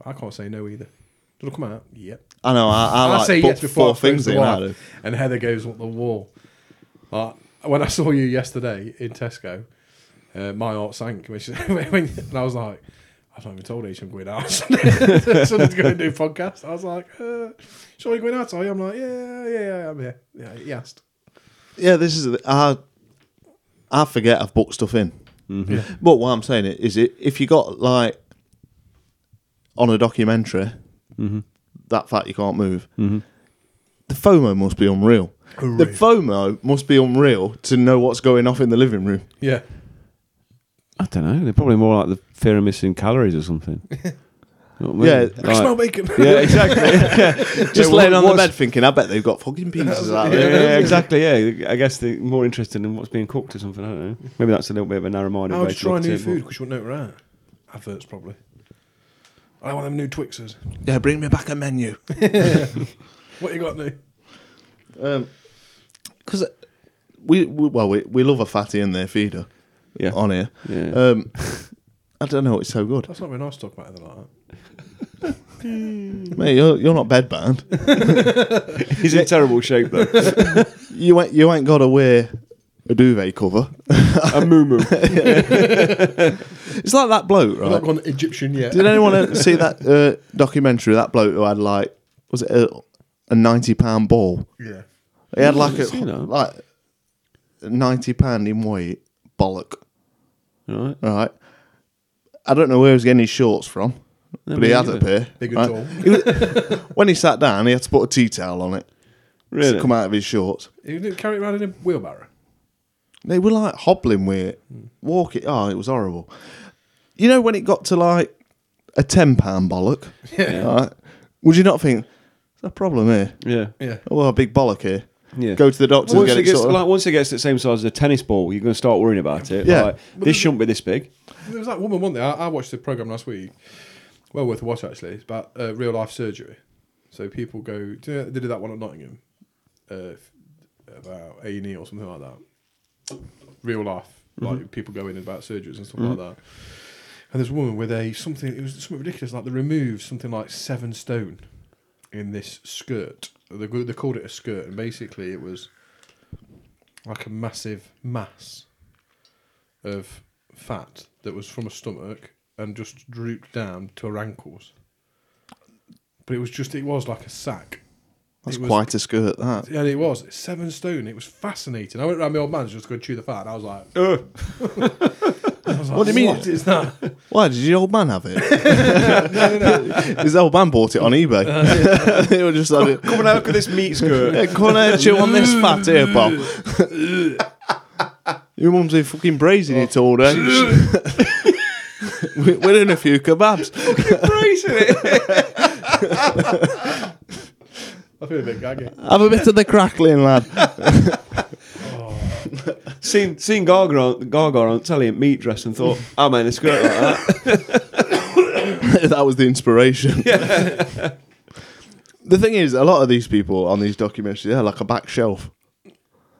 Speaker 4: I can't say no either. It'll come out. Yep.
Speaker 2: I know. I, I,
Speaker 4: I,
Speaker 2: like
Speaker 4: say
Speaker 2: book
Speaker 4: yes before
Speaker 2: four
Speaker 4: I
Speaker 2: things
Speaker 4: things the
Speaker 2: in. I
Speaker 4: wall.
Speaker 2: do.
Speaker 4: And Heather goes up the wall. Like, when I saw you yesterday in Tesco, uh, my heart sank. When she, when, when- and I was like, I've not even told H I'm going out. Someone's going to do a podcast. I was like, uh, sure you're going out, are you? I'm like, yeah, yeah, yeah, I'm here. Yeah, he asked.
Speaker 2: Yeah, this is. I I forget I've booked stuff in. But what I'm saying is, it if you got like on a documentary, Mm-hmm. that fact you can't move, the FOMO must be unreal. The FOMO must be unreal to know what's going off in the living room.
Speaker 4: Yeah.
Speaker 5: I don't know. They're probably more like the fear of missing calories or something. You know what I mean?
Speaker 2: Yeah.
Speaker 4: I smell
Speaker 5: Like-
Speaker 4: bacon.
Speaker 5: yeah, exactly.
Speaker 2: Just
Speaker 5: laying on the
Speaker 2: what's-
Speaker 5: bed
Speaker 2: thinking, I bet they've got fucking pieces out
Speaker 5: yeah,
Speaker 2: there.
Speaker 5: yeah, exactly. Yeah, I guess they're more interested in what's being cooked or something. I don't know. Maybe that's a little bit of a narrow-minded
Speaker 4: How
Speaker 5: way
Speaker 4: to
Speaker 5: to
Speaker 4: try
Speaker 5: look at
Speaker 4: new
Speaker 5: it, but-
Speaker 4: food because you wouldn't know it right. Adverts, probably. I want them new Twixers.
Speaker 2: Yeah, bring me back a menu.
Speaker 4: What you got new?
Speaker 2: because uh, we, we well we, we love a fatty in there feeder
Speaker 5: Yeah.
Speaker 2: on here.
Speaker 5: Yeah.
Speaker 2: Um, I don't know, it's so good,
Speaker 4: That's not very nice to talk about Heather like that.
Speaker 2: mate. You're, you're not bedbound.
Speaker 5: He's in terrible shape though.
Speaker 2: You ain't you ain't got to wear a duvet cover.
Speaker 5: a moo moo.
Speaker 2: It's like that bloke,
Speaker 4: I've not
Speaker 2: right?
Speaker 4: gone Egyptian yet.
Speaker 2: Did anyone uh, see that uh, documentary? of That bloke who had like was it a, a ninety pound ball?
Speaker 4: Yeah.
Speaker 2: He had like
Speaker 5: I've
Speaker 2: a
Speaker 5: seen that.
Speaker 2: like a ninety pound in weight bollock,
Speaker 5: Right.
Speaker 2: right? I don't know where he was getting his shorts from, but
Speaker 5: me
Speaker 2: he had a
Speaker 5: either.
Speaker 2: pair.
Speaker 4: Big
Speaker 2: right?
Speaker 4: and tall.
Speaker 2: He was- when he sat down, he had to put a tea towel on it
Speaker 5: Really?
Speaker 2: to come out of his shorts.
Speaker 4: You didn't carry it around in a wheelbarrow.
Speaker 2: They were like hobbling with it, walking. Oh, it was horrible. You know when it got to like a ten pound bollock, yeah. would you not think there's a problem here?
Speaker 5: Yeah.
Speaker 4: Yeah.
Speaker 2: Oh, well, a big bollock here.
Speaker 5: Yeah.
Speaker 2: Go to the doctor and
Speaker 5: Once
Speaker 2: get
Speaker 5: it
Speaker 2: it
Speaker 5: gets
Speaker 2: sorted.
Speaker 5: like once it gets the same size as a tennis ball, you're going to start worrying about it.
Speaker 2: Yeah.
Speaker 5: Like, this shouldn't be this big.
Speaker 4: There was that woman, wasn't there? I, I watched the program last week. Well worth a watch actually. It's about uh, real life surgery. So people go. Do you know, they did that one at Nottingham uh, f- about A and E or something like that. Real life, like people go in about surgeries and stuff like that. And there's a woman with a something. It was something ridiculous. Like they removed something like seven stone in this skirt. They, go- they called it a skirt, and basically it was like a massive mass of fat that was from a stomach and just drooped down to her ankles. But it was just, it was like a sack.
Speaker 2: That's
Speaker 4: it was-
Speaker 2: quite a skirt. That
Speaker 4: Yeah, it was. Seven stone. It was fascinating. I went round my old man's just to go and chew the fat. And I was like, I was like, what do you mean? What is that?
Speaker 2: why did your old man have it? His old man bought it on eBay.
Speaker 5: Uh,
Speaker 2: they were just like,
Speaker 5: Come and look at this meat skirt.
Speaker 2: Yeah, come on here, chew on this fat here, pal. Your mum's in fucking braising it all day. We- We're doing a few kebabs.
Speaker 4: I feel a bit gaggy.
Speaker 2: Have a bit of the crackling, lad.
Speaker 5: seen seen Gaga on, Gaga on telly in meat dress and thought, oh man, a skirt like that.
Speaker 2: that was the inspiration. the thing is, a lot of these people on these documentaries, they're like a back shelf.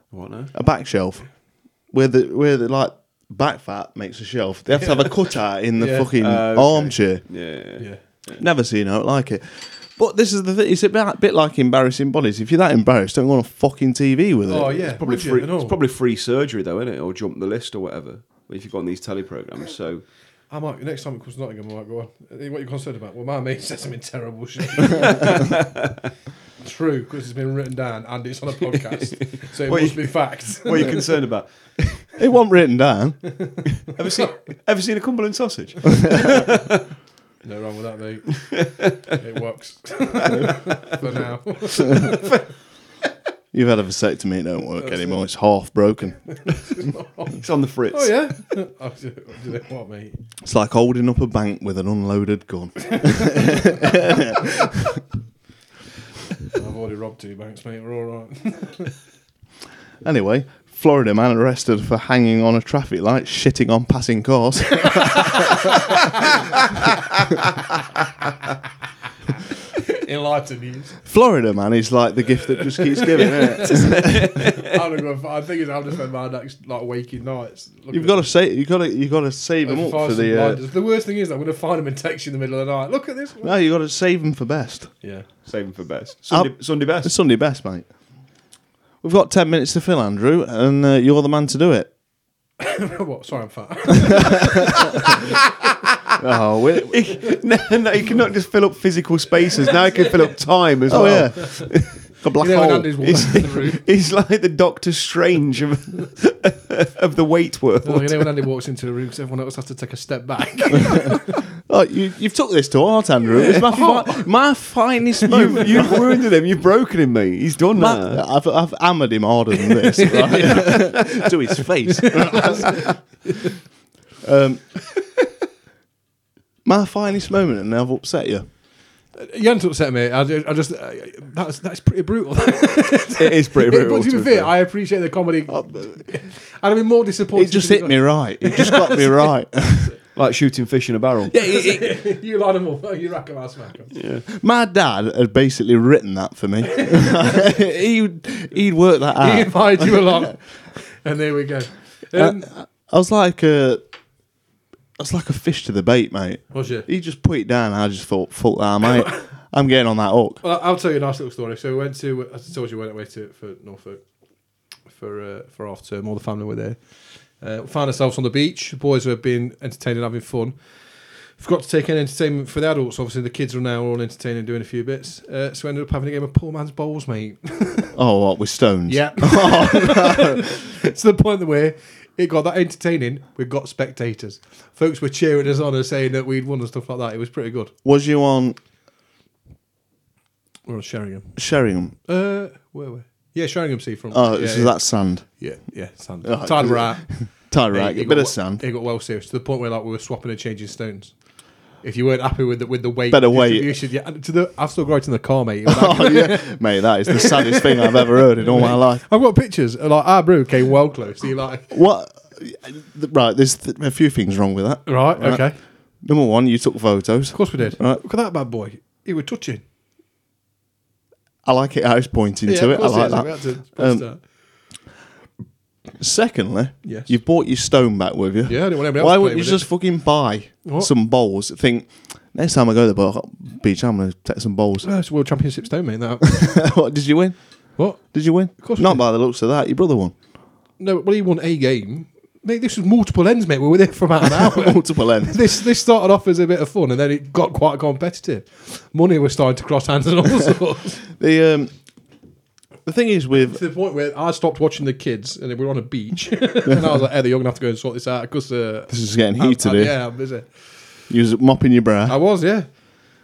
Speaker 5: What now?
Speaker 2: A back shelf. Where the, where the like, back fat makes a shelf. They have to have a cutout in the
Speaker 4: Yeah.
Speaker 2: fucking
Speaker 5: Uh, okay.
Speaker 2: armchair.
Speaker 5: Yeah.
Speaker 4: Yeah.
Speaker 2: Never seen out like it. But this is the thing. It's a bit, bit like embarrassing bodies. If you're that embarrassed, don't go on a fucking TV with it.
Speaker 4: Oh, yeah.
Speaker 5: It's probably
Speaker 4: would you
Speaker 5: free.
Speaker 4: at all?
Speaker 5: It's probably free surgery though, isn't it? Or jump the list or whatever. If you've got on these telly programs, so
Speaker 4: I might, next time it comes to Nottingham, I might go on. "Eh, What are you concerned about? Well, my mate says I'm in terrible shape. True, because it's been written down and it's on a podcast. So it
Speaker 5: Well,
Speaker 4: must
Speaker 5: you-
Speaker 4: be fact.
Speaker 5: what are you concerned about?
Speaker 2: It wasn't written down.
Speaker 5: Ever seen ever seen a Cumberland sausage?
Speaker 4: No wrong with that, mate. it works for now.
Speaker 2: You've had a vasectomy, it don't work anymore. It's half broken.
Speaker 5: It's on the fritz.
Speaker 4: Oh yeah. I was- do they what, mate?
Speaker 2: It's like holding up a bank with an unloaded gun.
Speaker 4: I've already robbed two banks, mate. We're all right.
Speaker 2: Anyway, Florida man arrested for hanging on a traffic light, shitting on passing cars.
Speaker 4: In lighter news,
Speaker 2: Florida man is like the gift that just keeps giving. Isn't it?
Speaker 4: I'm gonna go. I think I'm just spend my next like waking nights. looking
Speaker 2: You've got to
Speaker 4: at-
Speaker 2: say you got to you got to save them
Speaker 4: at
Speaker 2: up
Speaker 4: fires
Speaker 2: for
Speaker 4: and
Speaker 2: the. Uh,
Speaker 4: blinders. the worst thing is I'm gonna find him and text you in the middle of the night. Look at this. One.
Speaker 2: no, you got to save them for best.
Speaker 4: Yeah.
Speaker 5: Saving for best.
Speaker 2: Sunday-
Speaker 5: Sunday best.
Speaker 2: It's Sunday best, mate. We've got ten minutes to fill, Andrew, and uh, you're the man to do it.
Speaker 4: what? Sorry, I'm fat.
Speaker 2: Oh, we
Speaker 5: no, no, you cannot just fill up physical spaces. Now you can fill up time as
Speaker 2: oh yeah,
Speaker 5: well.
Speaker 2: a black
Speaker 4: You know, when
Speaker 2: hole.
Speaker 4: Andy's walking down the room.
Speaker 5: He's like the Doctor Strange of of the weight world.
Speaker 4: Oh, you know when Andy walks into a room because everyone else has to take a step back.
Speaker 2: Oh, you, you've took this to heart, Andrew. It's my, fi- my finest moment.
Speaker 5: You've, you've wounded him. You've broken him, mate. He's done
Speaker 2: Ma-
Speaker 5: that.
Speaker 2: I've, I've hammered him harder than this right? to his face. um, my finest moment, and I've upset you.
Speaker 4: you haven't upset me. I just, I just uh, that's that's pretty brutal.
Speaker 5: It is pretty brutal.
Speaker 4: but to be fair, I appreciate the comedy. I'd have been more
Speaker 2: Oh, It
Speaker 4: disappointed.
Speaker 2: just hit
Speaker 4: if you
Speaker 2: me right. It just got me right.
Speaker 5: like shooting fish in a barrel.
Speaker 4: got- you line them up. Oh, You rack 'em, I smack 'em.
Speaker 2: My dad had basically written that for me. he he'd worked that
Speaker 4: He
Speaker 2: out.
Speaker 4: invited you along, and there we go.
Speaker 2: Uh,
Speaker 4: Um,
Speaker 2: I was like a, I was like a fish to the bait, mate.
Speaker 4: was you?
Speaker 2: He just put it down. And I just thought, fuck that, mate. I'm getting on that hook.
Speaker 4: Well, I'll tell you a nice little story. So we went to, as I told you, we went away to for Norfolk for uh, for half term. All the family were there. Uh, we found ourselves on the beach. The boys were being entertained and having fun. Forgot to take in entertainment for the adults. Obviously, the kids are now all entertaining and doing a few bits. Uh, so we ended up having a game of poor man's bowls, mate.
Speaker 2: Oh, what with stones?
Speaker 4: to the point where it got that entertaining. We've got spectators. Folks were cheering us on and saying that we'd won and stuff like that. It was pretty good.
Speaker 2: Was you on
Speaker 4: We We're on Sheringham.
Speaker 2: Sheringham?
Speaker 4: Uh, where were? we? Yeah, Sheringham Seafront.
Speaker 2: Oh,
Speaker 4: yeah,
Speaker 2: this is
Speaker 4: yeah.
Speaker 2: that sand.
Speaker 4: Yeah, yeah, sand.
Speaker 2: Oh,
Speaker 4: Tide were out.
Speaker 2: Tie rack,
Speaker 4: It-
Speaker 2: a
Speaker 4: it
Speaker 2: bit
Speaker 4: got
Speaker 2: of
Speaker 4: we-
Speaker 2: sand.
Speaker 4: It got well serious to the point where like we were swapping and changing stones. If you weren't happy with the with the weight,
Speaker 2: Better weight.
Speaker 4: distribution, yeah, and to the, I've still got it in the car, mate. It was like-
Speaker 2: Oh yeah, mate, that is the saddest thing I've ever heard in all my life.
Speaker 4: I've got pictures. and, Like our brew came well close. So you like,
Speaker 2: What? Right, there's th- a few things wrong with that.
Speaker 4: right, okay, of
Speaker 2: Number one, you took photos.
Speaker 4: course we did.
Speaker 2: Right.
Speaker 4: Look at that bad boy. He was touching.
Speaker 2: I like it how it's pointing to
Speaker 4: of
Speaker 2: it. I
Speaker 4: course
Speaker 2: like
Speaker 4: is. We
Speaker 2: that. Um,
Speaker 4: had to bust that.
Speaker 2: Secondly,
Speaker 4: Yes.
Speaker 2: you've brought your stone back with you.
Speaker 4: Yeah, I didn't want anybody else
Speaker 2: Why
Speaker 4: to
Speaker 2: wouldn't
Speaker 4: play
Speaker 2: you
Speaker 4: with
Speaker 2: just fucking buy
Speaker 4: What?
Speaker 2: some bowls? Think next time I go to the beach, I'm gonna take some bowls.
Speaker 4: No, it's World Championship stone, mate. That.
Speaker 2: what, did you win?
Speaker 4: what?
Speaker 2: Did you win? Of
Speaker 4: course we
Speaker 2: Not
Speaker 4: did.
Speaker 2: by the looks of that. Your brother won.
Speaker 4: No, well, he won a game. Mate, this was multiple ends, mate. We were there for about an hour.
Speaker 2: Multiple ends.
Speaker 4: this this started off as a bit of fun, and then it got quite competitive. Money was starting to cross hands and all sorts.
Speaker 2: The um, the thing is with
Speaker 4: to the point where I stopped watching the kids, and we were on a beach, and I was like, "Heather, you're gonna have to go and sort this out because uh,
Speaker 2: this is getting
Speaker 4: I'm-
Speaker 2: heated
Speaker 4: I'm-
Speaker 2: here.
Speaker 4: yeah, Oh. I'm busy.
Speaker 2: You was mopping your brow.
Speaker 4: I was, yeah.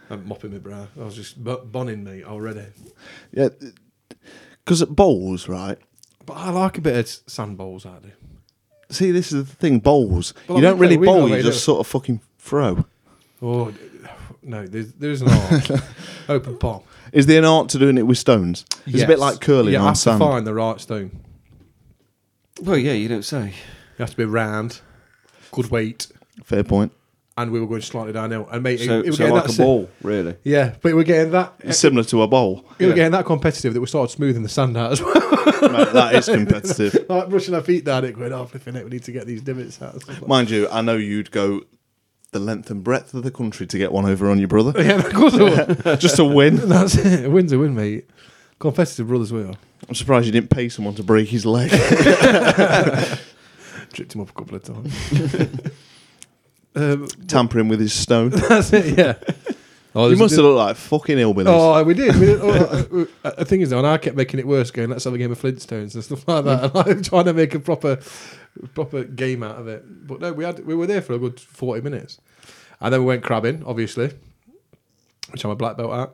Speaker 4: I'm mopping my brow. I was just bu- bunning me already.
Speaker 2: Yeah, because at bowls, right?
Speaker 4: But I like a bit of sand bowls, I do.
Speaker 2: See, this is the thing. Bowls. you
Speaker 4: But like
Speaker 2: don't
Speaker 4: we
Speaker 2: really
Speaker 4: play- we know
Speaker 2: bowl.
Speaker 4: they
Speaker 2: You
Speaker 4: do.
Speaker 2: just sort of fucking throw.
Speaker 4: Oh d- no, there's, there is an art. Open palm.
Speaker 2: Is there an art to doing it with stones? It's a bit
Speaker 4: Yes.
Speaker 2: like curling
Speaker 4: You
Speaker 2: on
Speaker 4: have
Speaker 2: sand.
Speaker 4: to find the right stone.
Speaker 5: Well, yeah, you don't say.
Speaker 4: You have to be round, good weight,
Speaker 2: Fair point.
Speaker 4: and we were going slightly downhill. And mate,
Speaker 5: So,
Speaker 4: it, it was
Speaker 5: so
Speaker 4: getting
Speaker 5: like
Speaker 4: that
Speaker 5: a
Speaker 4: si-
Speaker 5: ball, really.
Speaker 4: Yeah, but we're getting that.
Speaker 2: It's similar to a bowl.
Speaker 4: We were getting that competitive that we started smoothing the sand out as well.
Speaker 2: Mate, that is competitive.
Speaker 4: like brushing our feet down it, going, oh, flipping it, we need to get these divots out. and stuff like
Speaker 2: Mind you, I know you'd go the length and breadth of the country to get one over on your
Speaker 4: that.
Speaker 2: brother
Speaker 4: yeah, of course I would.
Speaker 2: just to win.
Speaker 4: That's it. A win's a win, mate. Competitive brothers we are.
Speaker 2: I'm surprised you didn't pay someone to break his leg.
Speaker 4: Tripped him up a couple of times. um,
Speaker 2: Tampering with his stone.
Speaker 4: that's it, yeah. Oh,
Speaker 2: You
Speaker 4: there's a
Speaker 2: must
Speaker 4: di-
Speaker 2: have looked like fucking hillbillies.
Speaker 4: Oh, we did. We did. Oh, uh, uh, the thing is, though, and I kept making it worse, going, "Let's have a game of Flintstones and stuff
Speaker 2: Mm.
Speaker 4: like that." And I'm trying to make a proper, proper game out of it. But no, we had we were there for a good forty minutes, and then we went crabbing, obviously, which I'm a black belt at.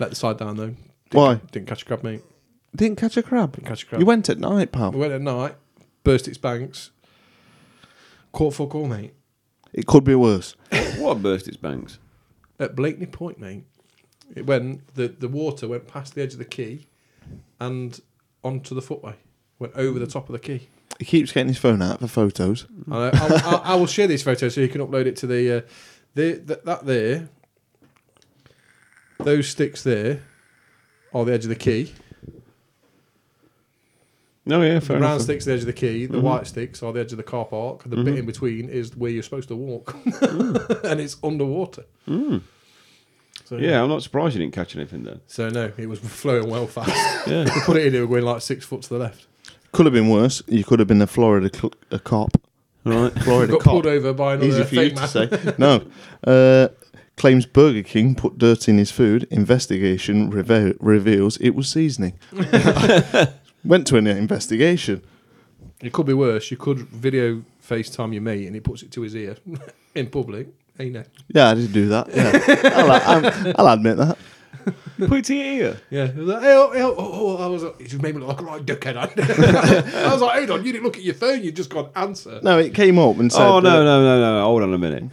Speaker 4: Let the side down though.
Speaker 2: Why?
Speaker 4: Didn't catch a crab, mate.
Speaker 2: Didn't catch a crab.
Speaker 4: Didn't catch a crab.
Speaker 2: You went at night,
Speaker 4: We
Speaker 2: pal.
Speaker 4: went at night, burst its banks, caught fuck all, mate.
Speaker 2: It could be worse.
Speaker 5: What a burst its banks.
Speaker 4: at Blakeney Point, mate. It went the the water went past the edge of the quay and onto the footway. went over the top of the key.
Speaker 2: He keeps getting his phone out for photos.
Speaker 5: Mm.
Speaker 4: I, know. I'll, I'll, I will share this photo so you can upload it to the, uh, the, th- that there. Those sticks there are the edge of the key.
Speaker 5: No, yeah,
Speaker 4: The
Speaker 5: fair
Speaker 4: brown
Speaker 5: enough. Mm-hmm.
Speaker 4: sticks are the edge of the key. The white sticks are the edge of the car park. The bit in between is where you're supposed to walk, and it's underwater. So,
Speaker 5: Mm. Yeah, I'm not surprised you didn't catch anything there.
Speaker 4: So no, it was flowing well fast.
Speaker 5: Yeah.
Speaker 4: They put it in, it was going like six foot to the left.
Speaker 2: Could have been worse. You could have been a Florida cl- a cop.
Speaker 5: Right.
Speaker 2: Florida
Speaker 4: Got
Speaker 2: cop.
Speaker 4: pulled over by another
Speaker 2: Easy for you
Speaker 4: fake
Speaker 2: to say.
Speaker 4: man.
Speaker 2: No. Uh, claims Burger King put dirt in his food. Investigation reve- reveals it was seasoning. Went to an investigation.
Speaker 4: It could be worse. You could video FaceTime your mate, and he puts it to his ear in public. Hey, no.
Speaker 2: Yeah, I did do that. Yeah. I'll, I'm- I'll admit that.
Speaker 5: Put it to your ear.
Speaker 4: Yeah, he was like, hey, oh, hey, oh, oh, oh, I was like, it just made me look like a right dickhead. I was like, hold on, you didn't look at your phone, you just got answer.
Speaker 2: No, it came up and said.
Speaker 5: oh no,
Speaker 2: uh,
Speaker 5: no, no, no! Hold on a minute.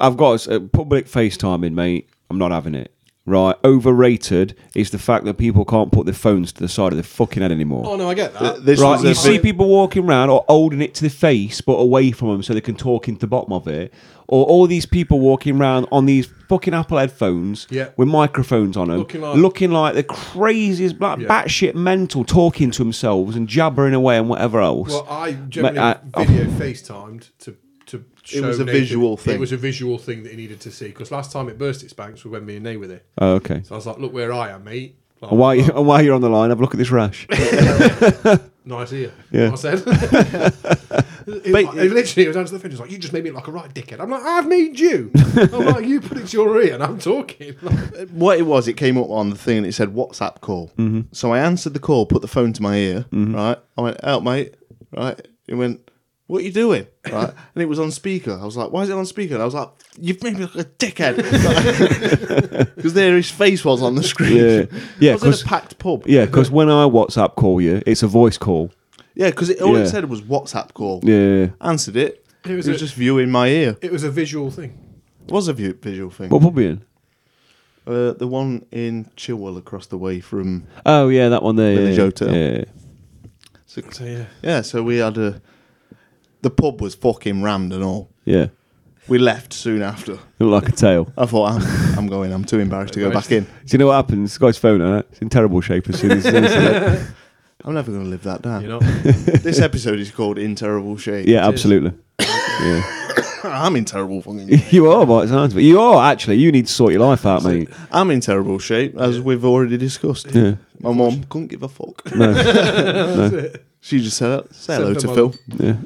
Speaker 5: I've got a public FaceTiming, mate. I'm not having it. Right, overrated is the fact that people can't put their phones to the side of their fucking head anymore.
Speaker 4: Oh no, I get that.
Speaker 2: th- this
Speaker 5: right,
Speaker 2: was
Speaker 5: you
Speaker 2: a
Speaker 5: see
Speaker 2: bit-
Speaker 5: people walking around or holding it to the face but away from them so they can talk into the bottom of it, or all these people walking around on these fucking Apple headphones
Speaker 4: Yeah.
Speaker 5: with microphones on them,
Speaker 4: Looking like-
Speaker 5: the craziest, like
Speaker 4: Yeah.
Speaker 5: batshit mental, talking to themselves and jabbering away and whatever else.
Speaker 4: Well, I generally
Speaker 5: I-
Speaker 4: video FaceTimed to to show.
Speaker 2: uh, oh. was a
Speaker 4: Nathan-
Speaker 2: visual thing.
Speaker 4: It was a visual thing that he needed to see because last time it burst its banks was when me and Nay were there.
Speaker 5: oh, okay.
Speaker 4: So I was like, look where I am, mate. Like,
Speaker 5: And while, you, and while you're on the line, have a look at this rash.
Speaker 4: Nice ear.
Speaker 5: Yeah.
Speaker 4: I said. it, like, it literally, it was down to the finish. Like you just made me look like a right dickhead. I'm like, I've made you. I'm like, you put it to your ear, and I'm talking.
Speaker 2: what it was, it came up on the thing and it said WhatsApp call. Mm-hmm. So I answered the call, put the phone to my ear,
Speaker 5: Mm-hmm.
Speaker 2: right? I went, help, mate, right? It went, what are you doing? Right? and it was on speaker. I was like, why is it on speaker? And I was like, you've made me look like a dickhead. Because there his face was on the screen.
Speaker 5: Yeah. Yeah,
Speaker 2: I was in a
Speaker 5: 'cause-
Speaker 2: packed pub.
Speaker 5: yeah, because when I WhatsApp call you, it's a voice call.
Speaker 2: Yeah, because it, all
Speaker 5: Yeah.
Speaker 2: it said was WhatsApp call.
Speaker 5: Yeah.
Speaker 2: Answered it.
Speaker 4: It
Speaker 2: It
Speaker 4: was
Speaker 2: was,
Speaker 4: a-
Speaker 2: just view in my ear.
Speaker 4: it was a visual thing.
Speaker 2: It was a view, visual thing.
Speaker 5: What pub are you in?
Speaker 2: Uh, the one in Chilwell across the way from.
Speaker 5: Oh, yeah, that one there.
Speaker 2: Village
Speaker 5: yeah,
Speaker 2: Hotel.
Speaker 5: Yeah.
Speaker 4: So yeah.
Speaker 2: Yeah, so we had a. The pub was fucking rammed and all.
Speaker 5: Yeah.
Speaker 2: We left soon after.
Speaker 5: Look like a tail.
Speaker 2: I thought, I'm, I'm going. I'm too embarrassed to go back in.
Speaker 5: Do you know what happens? This guy's phone, huh? It's in terrible shape as soon as it's
Speaker 2: I'm never going to live that down.
Speaker 4: You know,
Speaker 2: this episode is called In Terrible Shape.
Speaker 5: Yeah, absolutely. Yeah.
Speaker 2: I'm in terrible fucking shape.
Speaker 5: You are by the sounds of it. You are actually. You need to sort your life out, mate.
Speaker 2: I'm in terrible shape, as we've already discussed.
Speaker 5: Yeah.
Speaker 2: My mum couldn't give a fuck.
Speaker 4: that's it.
Speaker 2: She just said, say hello
Speaker 4: Send
Speaker 2: to
Speaker 4: them
Speaker 2: Phil.
Speaker 5: Yeah.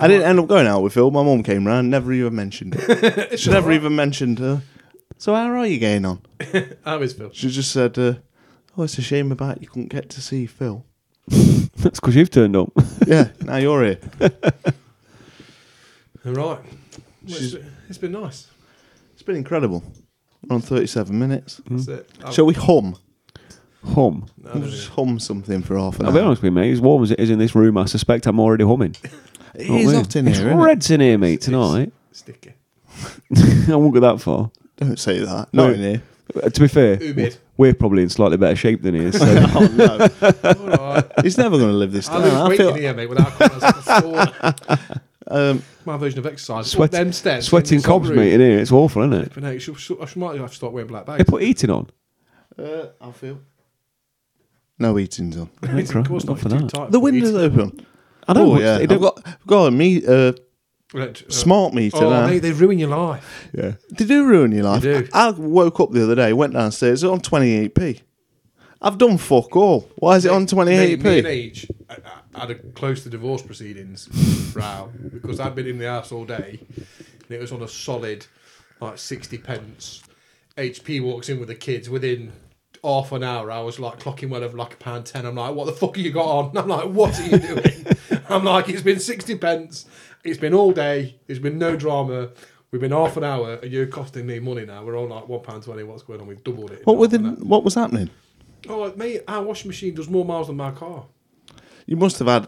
Speaker 2: I didn't end up going out with Phil. My mum came round, never even mentioned it. she never even mentioned her. So how are you getting on?
Speaker 4: That was Phil.
Speaker 2: She just said, uh, "Oh, it's a shame about you couldn't get to see Phil."
Speaker 5: That's because you've turned up.
Speaker 2: yeah, now you're here.
Speaker 4: All right. Well,
Speaker 2: She's-
Speaker 4: it's, it's been nice.
Speaker 2: It's been incredible. We're on 37 minutes.
Speaker 4: That's it. I-
Speaker 2: Hmm. Shall we hum?
Speaker 5: Hum.
Speaker 4: I don't
Speaker 2: We'll
Speaker 4: know.
Speaker 2: just hum something for half an
Speaker 5: I'll be
Speaker 2: hour.
Speaker 5: honest with you, mate. As warm as it is in this room, I suspect I'm already humming.
Speaker 2: It is hot in
Speaker 5: It's
Speaker 2: here. Isn't it?
Speaker 5: reds in here, mate, tonight.
Speaker 4: Sticky.
Speaker 5: I won't go that far.
Speaker 2: Don't say that. Not
Speaker 5: Wait.
Speaker 2: in here.
Speaker 5: Uh, to be fair,
Speaker 4: Umid.
Speaker 5: we're probably in slightly better shape than he is. So.
Speaker 2: Oh no,
Speaker 4: All right.
Speaker 2: he's never going to live this
Speaker 4: I
Speaker 2: down.
Speaker 4: lose
Speaker 2: I
Speaker 4: weight in
Speaker 2: feel,
Speaker 4: here, mate, without coming as a sword.
Speaker 2: um,
Speaker 4: My version of exercise. Sweat,
Speaker 5: Sweat-
Speaker 4: them steps.
Speaker 5: Sweating cobs, mate, in here. It's awful, isn't it?
Speaker 4: But no, you should, should, I should- might have to start wearing black
Speaker 5: They
Speaker 4: bags.
Speaker 5: put heating on.
Speaker 2: uh, I feel no eating's on.
Speaker 4: It's
Speaker 5: Right,
Speaker 4: of course
Speaker 5: not
Speaker 4: not.
Speaker 5: for
Speaker 4: too
Speaker 5: that.
Speaker 4: tight
Speaker 2: The
Speaker 4: for you.
Speaker 2: window's open.
Speaker 5: I know.
Speaker 2: Oh
Speaker 5: what's-
Speaker 2: yeah,
Speaker 5: they
Speaker 2: I've
Speaker 5: don't-
Speaker 2: got, I've got a me, uh,
Speaker 4: Right, uh,
Speaker 2: smart meter
Speaker 4: Oh,
Speaker 2: now.
Speaker 4: mate, they ruin your life.
Speaker 5: yeah.
Speaker 2: They do ruin your life.
Speaker 4: They do.
Speaker 2: I, I woke up the other day, went downstairs, it's on 28p. I've done fuck all. Why is it on
Speaker 4: Me, me and
Speaker 2: 28p?
Speaker 4: H I- I had a close to divorce proceedings row because I'd been in the house all day and it was on a solid like 60 pence. HP walks in with the kids within half an hour. I was like clocking well over like a pound 10. I'm like, what the fuck have you got on? I'm like, what are you doing? I'm like, it's been 60 pence. It's been all day. There's been no drama. We've been half an hour and you're costing me money now. We're all like £1.20. What's going on? We've doubled it. in
Speaker 2: What, were
Speaker 4: half
Speaker 2: the,
Speaker 4: an hour.
Speaker 2: what was happening?
Speaker 4: Oh, mate, our washing machine does more miles than my car.
Speaker 2: You must have had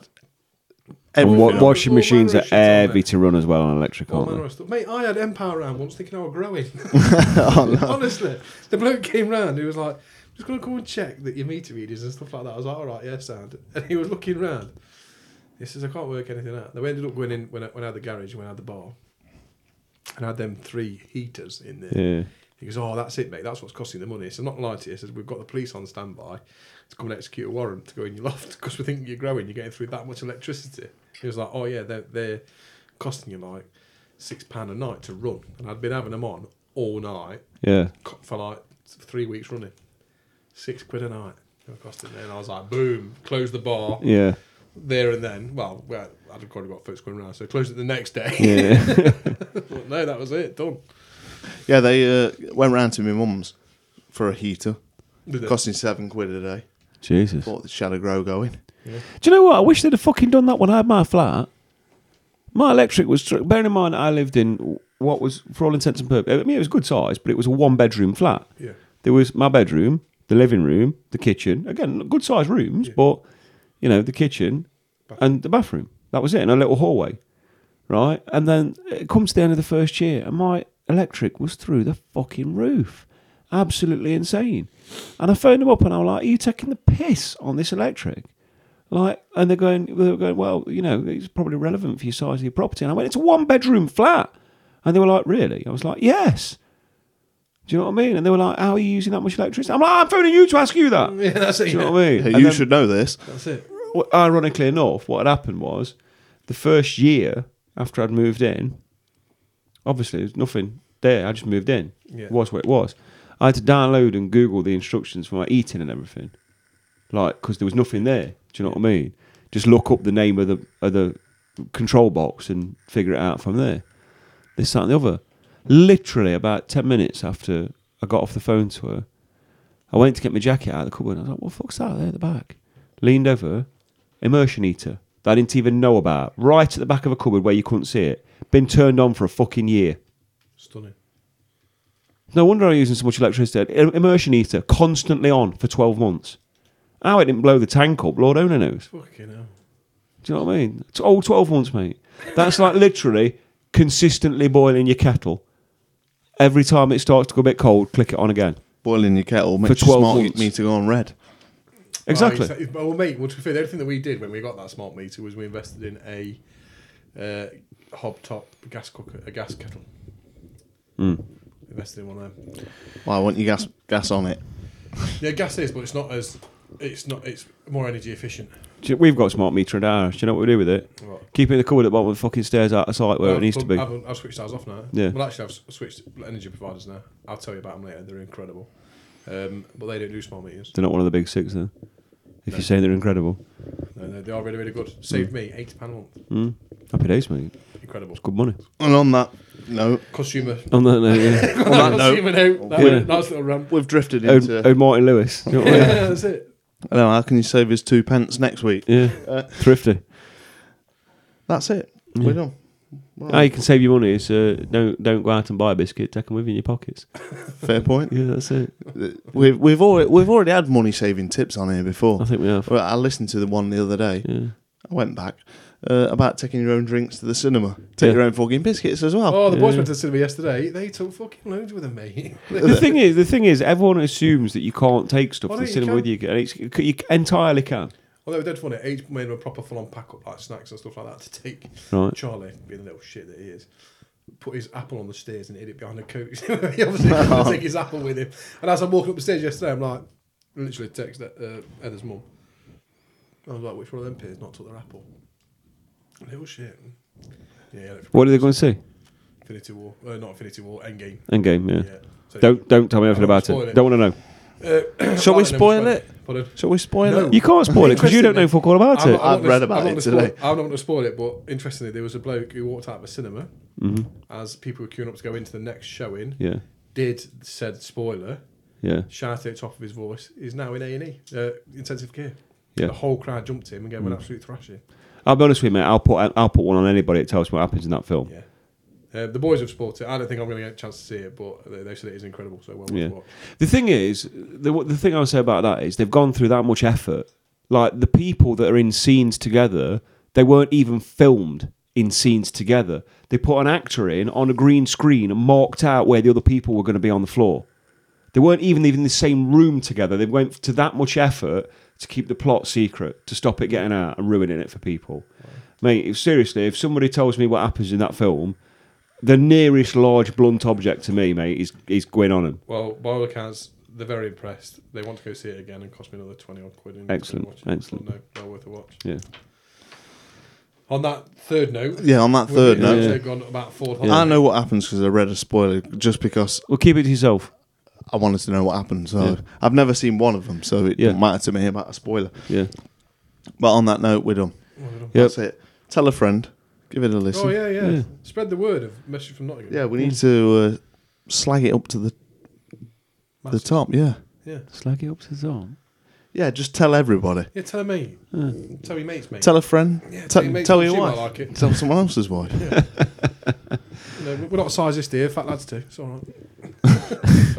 Speaker 5: And
Speaker 2: everything.
Speaker 5: wa-
Speaker 2: on.
Speaker 5: washing
Speaker 4: Well,
Speaker 5: machines
Speaker 4: where
Speaker 5: are
Speaker 4: is it on
Speaker 5: heavy
Speaker 4: there?
Speaker 5: to run as well on electric,
Speaker 4: All
Speaker 5: aren't
Speaker 4: manner
Speaker 5: they?
Speaker 4: of stuff. Mate, I had Empower round once thinking I were growing.
Speaker 5: Oh,
Speaker 4: Honestly, the bloke came round. He was like, "I'm just going to come and check that your meter readings and stuff like that." I was like, "All right, yeah, sound." And he was looking round, He says, I can't work anything out. They ended up going in when I, when I had the garage, when I had the bar, and I had them three heaters in there.
Speaker 5: Yeah.
Speaker 4: He goes, Oh, that's it, mate. That's what's costing the money. So I'm not lying to you. He says, We've got the police on standby to come and execute a warrant to go in your loft because we think you're growing. You're getting through that much electricity. He was like, Oh, yeah, they're, they're costing you like £6 a night to run. And I'd been having them on all night
Speaker 5: Yeah.
Speaker 4: co- for like three weeks running. Six quid a night. It was costing me. And I was like, Boom, close the bar
Speaker 5: Yeah.
Speaker 4: there and then. Well, we had- I'd probably got folks going around. So I closed it the next day.
Speaker 5: Yeah.
Speaker 4: But no, that was it. Done.
Speaker 2: Yeah, they uh, went round to my mum's for a heater,
Speaker 4: Did it?
Speaker 2: costing seven quid a day.
Speaker 5: Jesus.
Speaker 2: Bought the Shadow Grow going.
Speaker 5: Do you know what? I wish they'd have fucking done that when I had my flat. My electric was. Tr- bearing in mind, I lived in what was, for all intents and purposes, I mean, it was good size, but it was a one bedroom flat.
Speaker 4: Yeah.
Speaker 5: There was my bedroom, the living room, the kitchen. Again, good sized rooms, but, you know, the kitchen and the bathroom. That was it, and a little hallway, right? And then it comes to the end of the first year, and my electric was through the fucking roof. Absolutely insane. And I phoned them up and I was like, Are you taking the piss on this electric? Like, and they're going, they were going, well, you know, it's probably relevant for your size of your property. And I went, it's a one bedroom flat. And they were like, really? I was like, yes. Do you know what I mean? And they were like, how are you using that much electricity? I'm like, I'm phoning you to ask you that.
Speaker 4: Yeah, that's
Speaker 5: Do
Speaker 4: it.
Speaker 5: you know what I mean?
Speaker 2: Hey,
Speaker 5: And
Speaker 2: you
Speaker 5: then-
Speaker 2: should know this.
Speaker 4: That's it.
Speaker 5: well, ironically enough, what had happened was the first year after I'd moved in, obviously there's nothing there. I just moved in.
Speaker 4: Yeah.
Speaker 5: It was what it was. I had to download and Google the instructions for my eating and everything, like because there was nothing there. Do you know what I mean? Just look up the name of the of the control box and figure it out from there. This, that, and the other. Literally about ten minutes after I got off the phone to her, I went to get my jacket out of the cupboard. I was like, what the fuck's that there at the back? Leaned over, immersion eater that I didn't even know about, right at the back of a cupboard where you couldn't see it. Been turned on for a fucking year.
Speaker 4: Stunning.
Speaker 5: No wonder I'm using so much electricity. Im- Immersion eater, constantly on for 12 months. How it didn't blow the tank up, Lord only knows.
Speaker 4: Fucking hell.
Speaker 5: Do you know what I mean? It's all 12 months, mate. That's like literally consistently boiling your kettle. Every time it starts to go a bit cold, click it on again.
Speaker 2: Boiling your kettle
Speaker 5: For
Speaker 2: makes your
Speaker 5: 12
Speaker 2: smart
Speaker 5: months.
Speaker 2: meter go on red.
Speaker 5: Exactly.
Speaker 4: Well, Oh, it's- well, mate, well, to be fair, the only thing that we did when we got that smart meter was we invested in a uh, hob top gas cooker, a gas kettle.
Speaker 5: Hmm.
Speaker 4: Invested in one of them.
Speaker 2: Why? I want your gas gas on it.
Speaker 4: Yeah, gas is, but it's not as it's not it's more energy efficient.
Speaker 5: Do you- We've got smart meter in our house. Do you know what we do with it?
Speaker 4: What?
Speaker 5: Keep it in the cupboard at the bottom of the fucking stairs out of sight where
Speaker 4: Well,
Speaker 5: it needs
Speaker 4: but
Speaker 5: to be.
Speaker 4: I haven't- I've, switched ours off now.
Speaker 5: Yeah.
Speaker 4: Well, actually, I've s- switched energy providers now. I'll tell you about them later. They're incredible. Um, but they don't do smart meters.
Speaker 5: They're not one of the big six, then. If you're saying they're incredible,
Speaker 4: No, no, they are really, really good.
Speaker 5: Hmm.
Speaker 4: Saved me eighty pound a month.
Speaker 5: happy days, mate.
Speaker 4: Incredible.
Speaker 5: Good money.
Speaker 2: And on that note,
Speaker 4: Consumer.
Speaker 5: On that note, yeah.
Speaker 2: on that note,
Speaker 4: Consumer note. That
Speaker 5: Yeah.
Speaker 4: nice little rant.
Speaker 2: we've drifted
Speaker 5: Ode,
Speaker 2: into.
Speaker 5: Ode Martin Lewis. You know what I mean?
Speaker 4: Yeah, that's it.
Speaker 2: Hello, how can you save us two pence next week?
Speaker 5: yeah. Thrifty.
Speaker 2: That's it. We're done.
Speaker 5: How Ah, you can save your money is uh, don't don't go out and buy a biscuit. Take them with you in your pockets.
Speaker 2: Fair point.
Speaker 5: Yeah, that's it.
Speaker 2: We've we've already we've already had money saving tips on here before.
Speaker 5: I think we have.
Speaker 2: Well, I listened to the one the other day.
Speaker 5: Yeah.
Speaker 2: I went back uh, about taking your own drinks to the cinema. Take
Speaker 5: Yeah.
Speaker 2: your own fucking biscuits as well.
Speaker 4: Oh, the boys
Speaker 5: Yeah.
Speaker 4: went to the cinema yesterday. They took fucking loads with them, mate.
Speaker 5: the thing is, the thing is, everyone assumes that you can't take stuff
Speaker 4: Why
Speaker 5: to the
Speaker 4: don't you
Speaker 5: cinema
Speaker 4: can?
Speaker 5: with you. And it's, you entirely can.
Speaker 4: Although it did funny, each made them a proper full-on pack up, like snacks and stuff like that, to take.
Speaker 5: Right.
Speaker 4: Charlie, being the little shit that he is, put his apple on the stairs and hid it behind a coat. he obviously couldn't take his apple with him. And as I'm walking up the stairs yesterday, I'm like, literally text uh, Heather's mum. I was like, which one of them peers not took their apple? Little shit. Yeah, like
Speaker 5: What are they going to see?
Speaker 4: Infinity War. Uh, not Infinity War, Endgame.
Speaker 5: Endgame. Yeah.
Speaker 4: Yeah. So-
Speaker 5: Don't don't tell me anything
Speaker 4: I don't wanna
Speaker 5: about
Speaker 4: spoil
Speaker 5: it.
Speaker 4: it.
Speaker 5: Don't want to know.
Speaker 2: Shall we
Speaker 4: Right, then,
Speaker 2: spoil
Speaker 4: sorry.
Speaker 2: it?
Speaker 4: Pardon?
Speaker 2: Shall we spoil
Speaker 4: No.
Speaker 2: it?
Speaker 5: You can't spoil it because you don't know
Speaker 4: Interestingly,
Speaker 5: fuck all about
Speaker 4: I'm
Speaker 5: it.
Speaker 4: not- I'm
Speaker 2: I've
Speaker 4: not
Speaker 2: read
Speaker 4: gonna-
Speaker 2: about
Speaker 4: I'm
Speaker 2: it
Speaker 4: not gonna spoil-
Speaker 2: today.
Speaker 4: I'm not going to spoil it, but interestingly, there was a bloke who walked out of a cinema as people were queuing up to go into the next showing.
Speaker 5: Mm-hmm. Yeah.
Speaker 4: Did said spoiler
Speaker 5: Yeah.
Speaker 4: shouted at the top of his voice? Is now in A and E uh, intensive care.
Speaker 5: Yeah. Mm.
Speaker 4: The whole crowd jumped to him and gave him an absolute thrashing.
Speaker 5: I'll be honest with you, mate. I'll put I'll put one on anybody that tells me what happens in that film.
Speaker 4: Yeah. Uh, the boys have spoiled it. I don't think I'm going to get a chance to see it, but they, they said it is incredible. So well worth
Speaker 5: Yeah.
Speaker 4: a watch.
Speaker 5: The thing is, the, what- the thing I would say about that is they've gone through that much effort. Like the people that are in scenes together, they weren't even filmed in scenes together. They put an actor in on a green screen and marked out where the other people were going to be on the floor. They weren't even even in the same room together. They went to that much effort to keep the plot secret, to stop it getting out and ruining it for people. Mate, if, seriously, if somebody tells me what happens in that film, the nearest large blunt object to me, mate, is is Gwyn on him.
Speaker 4: Well, by all accounts, they're very impressed. They want to go see it again and cost me another 20 odd quid. And
Speaker 5: Excellent,
Speaker 4: watch it. So
Speaker 5: excellent.
Speaker 4: No, well worth a watch.
Speaker 5: Yeah.
Speaker 4: On that third note,
Speaker 2: Yeah, on that third
Speaker 4: we've
Speaker 2: note,
Speaker 4: actually gone about four
Speaker 2: I know what happens because I read a spoiler just because
Speaker 5: Well, keep it to yourself.
Speaker 2: I wanted to know what happened. So
Speaker 5: Yeah.
Speaker 2: I've never seen one of them, so it
Speaker 5: Yeah.
Speaker 2: didn't matter to me about a spoiler.
Speaker 5: Yeah.
Speaker 2: But on that note, we're done.
Speaker 5: Yep.
Speaker 2: That's it. Tell a friend, give it a listen.
Speaker 4: Oh yeah, yeah,
Speaker 5: Yeah.
Speaker 4: Spread the word of message from Nottingham.
Speaker 2: Yeah, we need to uh, slag it up to the the
Speaker 4: Massive.
Speaker 2: top. Yeah,
Speaker 4: yeah.
Speaker 5: Slag it up to the arm.
Speaker 2: yeah. Just tell everybody.
Speaker 4: Yeah, tell me. Tell your mates, mate.
Speaker 2: Tell a friend.
Speaker 4: yeah,
Speaker 2: tell,
Speaker 4: your mates.
Speaker 2: tell
Speaker 4: She
Speaker 2: your
Speaker 4: might
Speaker 2: wife.
Speaker 4: Like it.
Speaker 2: Tell someone else's wife.
Speaker 4: You know, we're not sizist here. Fat lads too. It's all right.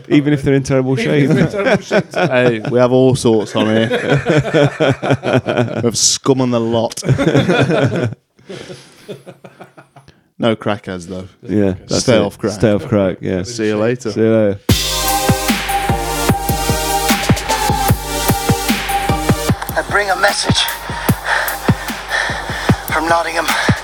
Speaker 5: Even if they're in terrible shape.
Speaker 4: Even if they're terrible shape.
Speaker 2: hey, we have all sorts on here. we have scum on the lot. no crackheads though.
Speaker 5: yeah. that's
Speaker 2: Stay
Speaker 5: it.
Speaker 2: off crack.
Speaker 5: Stay off crack, yeah. See
Speaker 2: See you later.
Speaker 5: you later.
Speaker 3: I bring a message from Nottingham.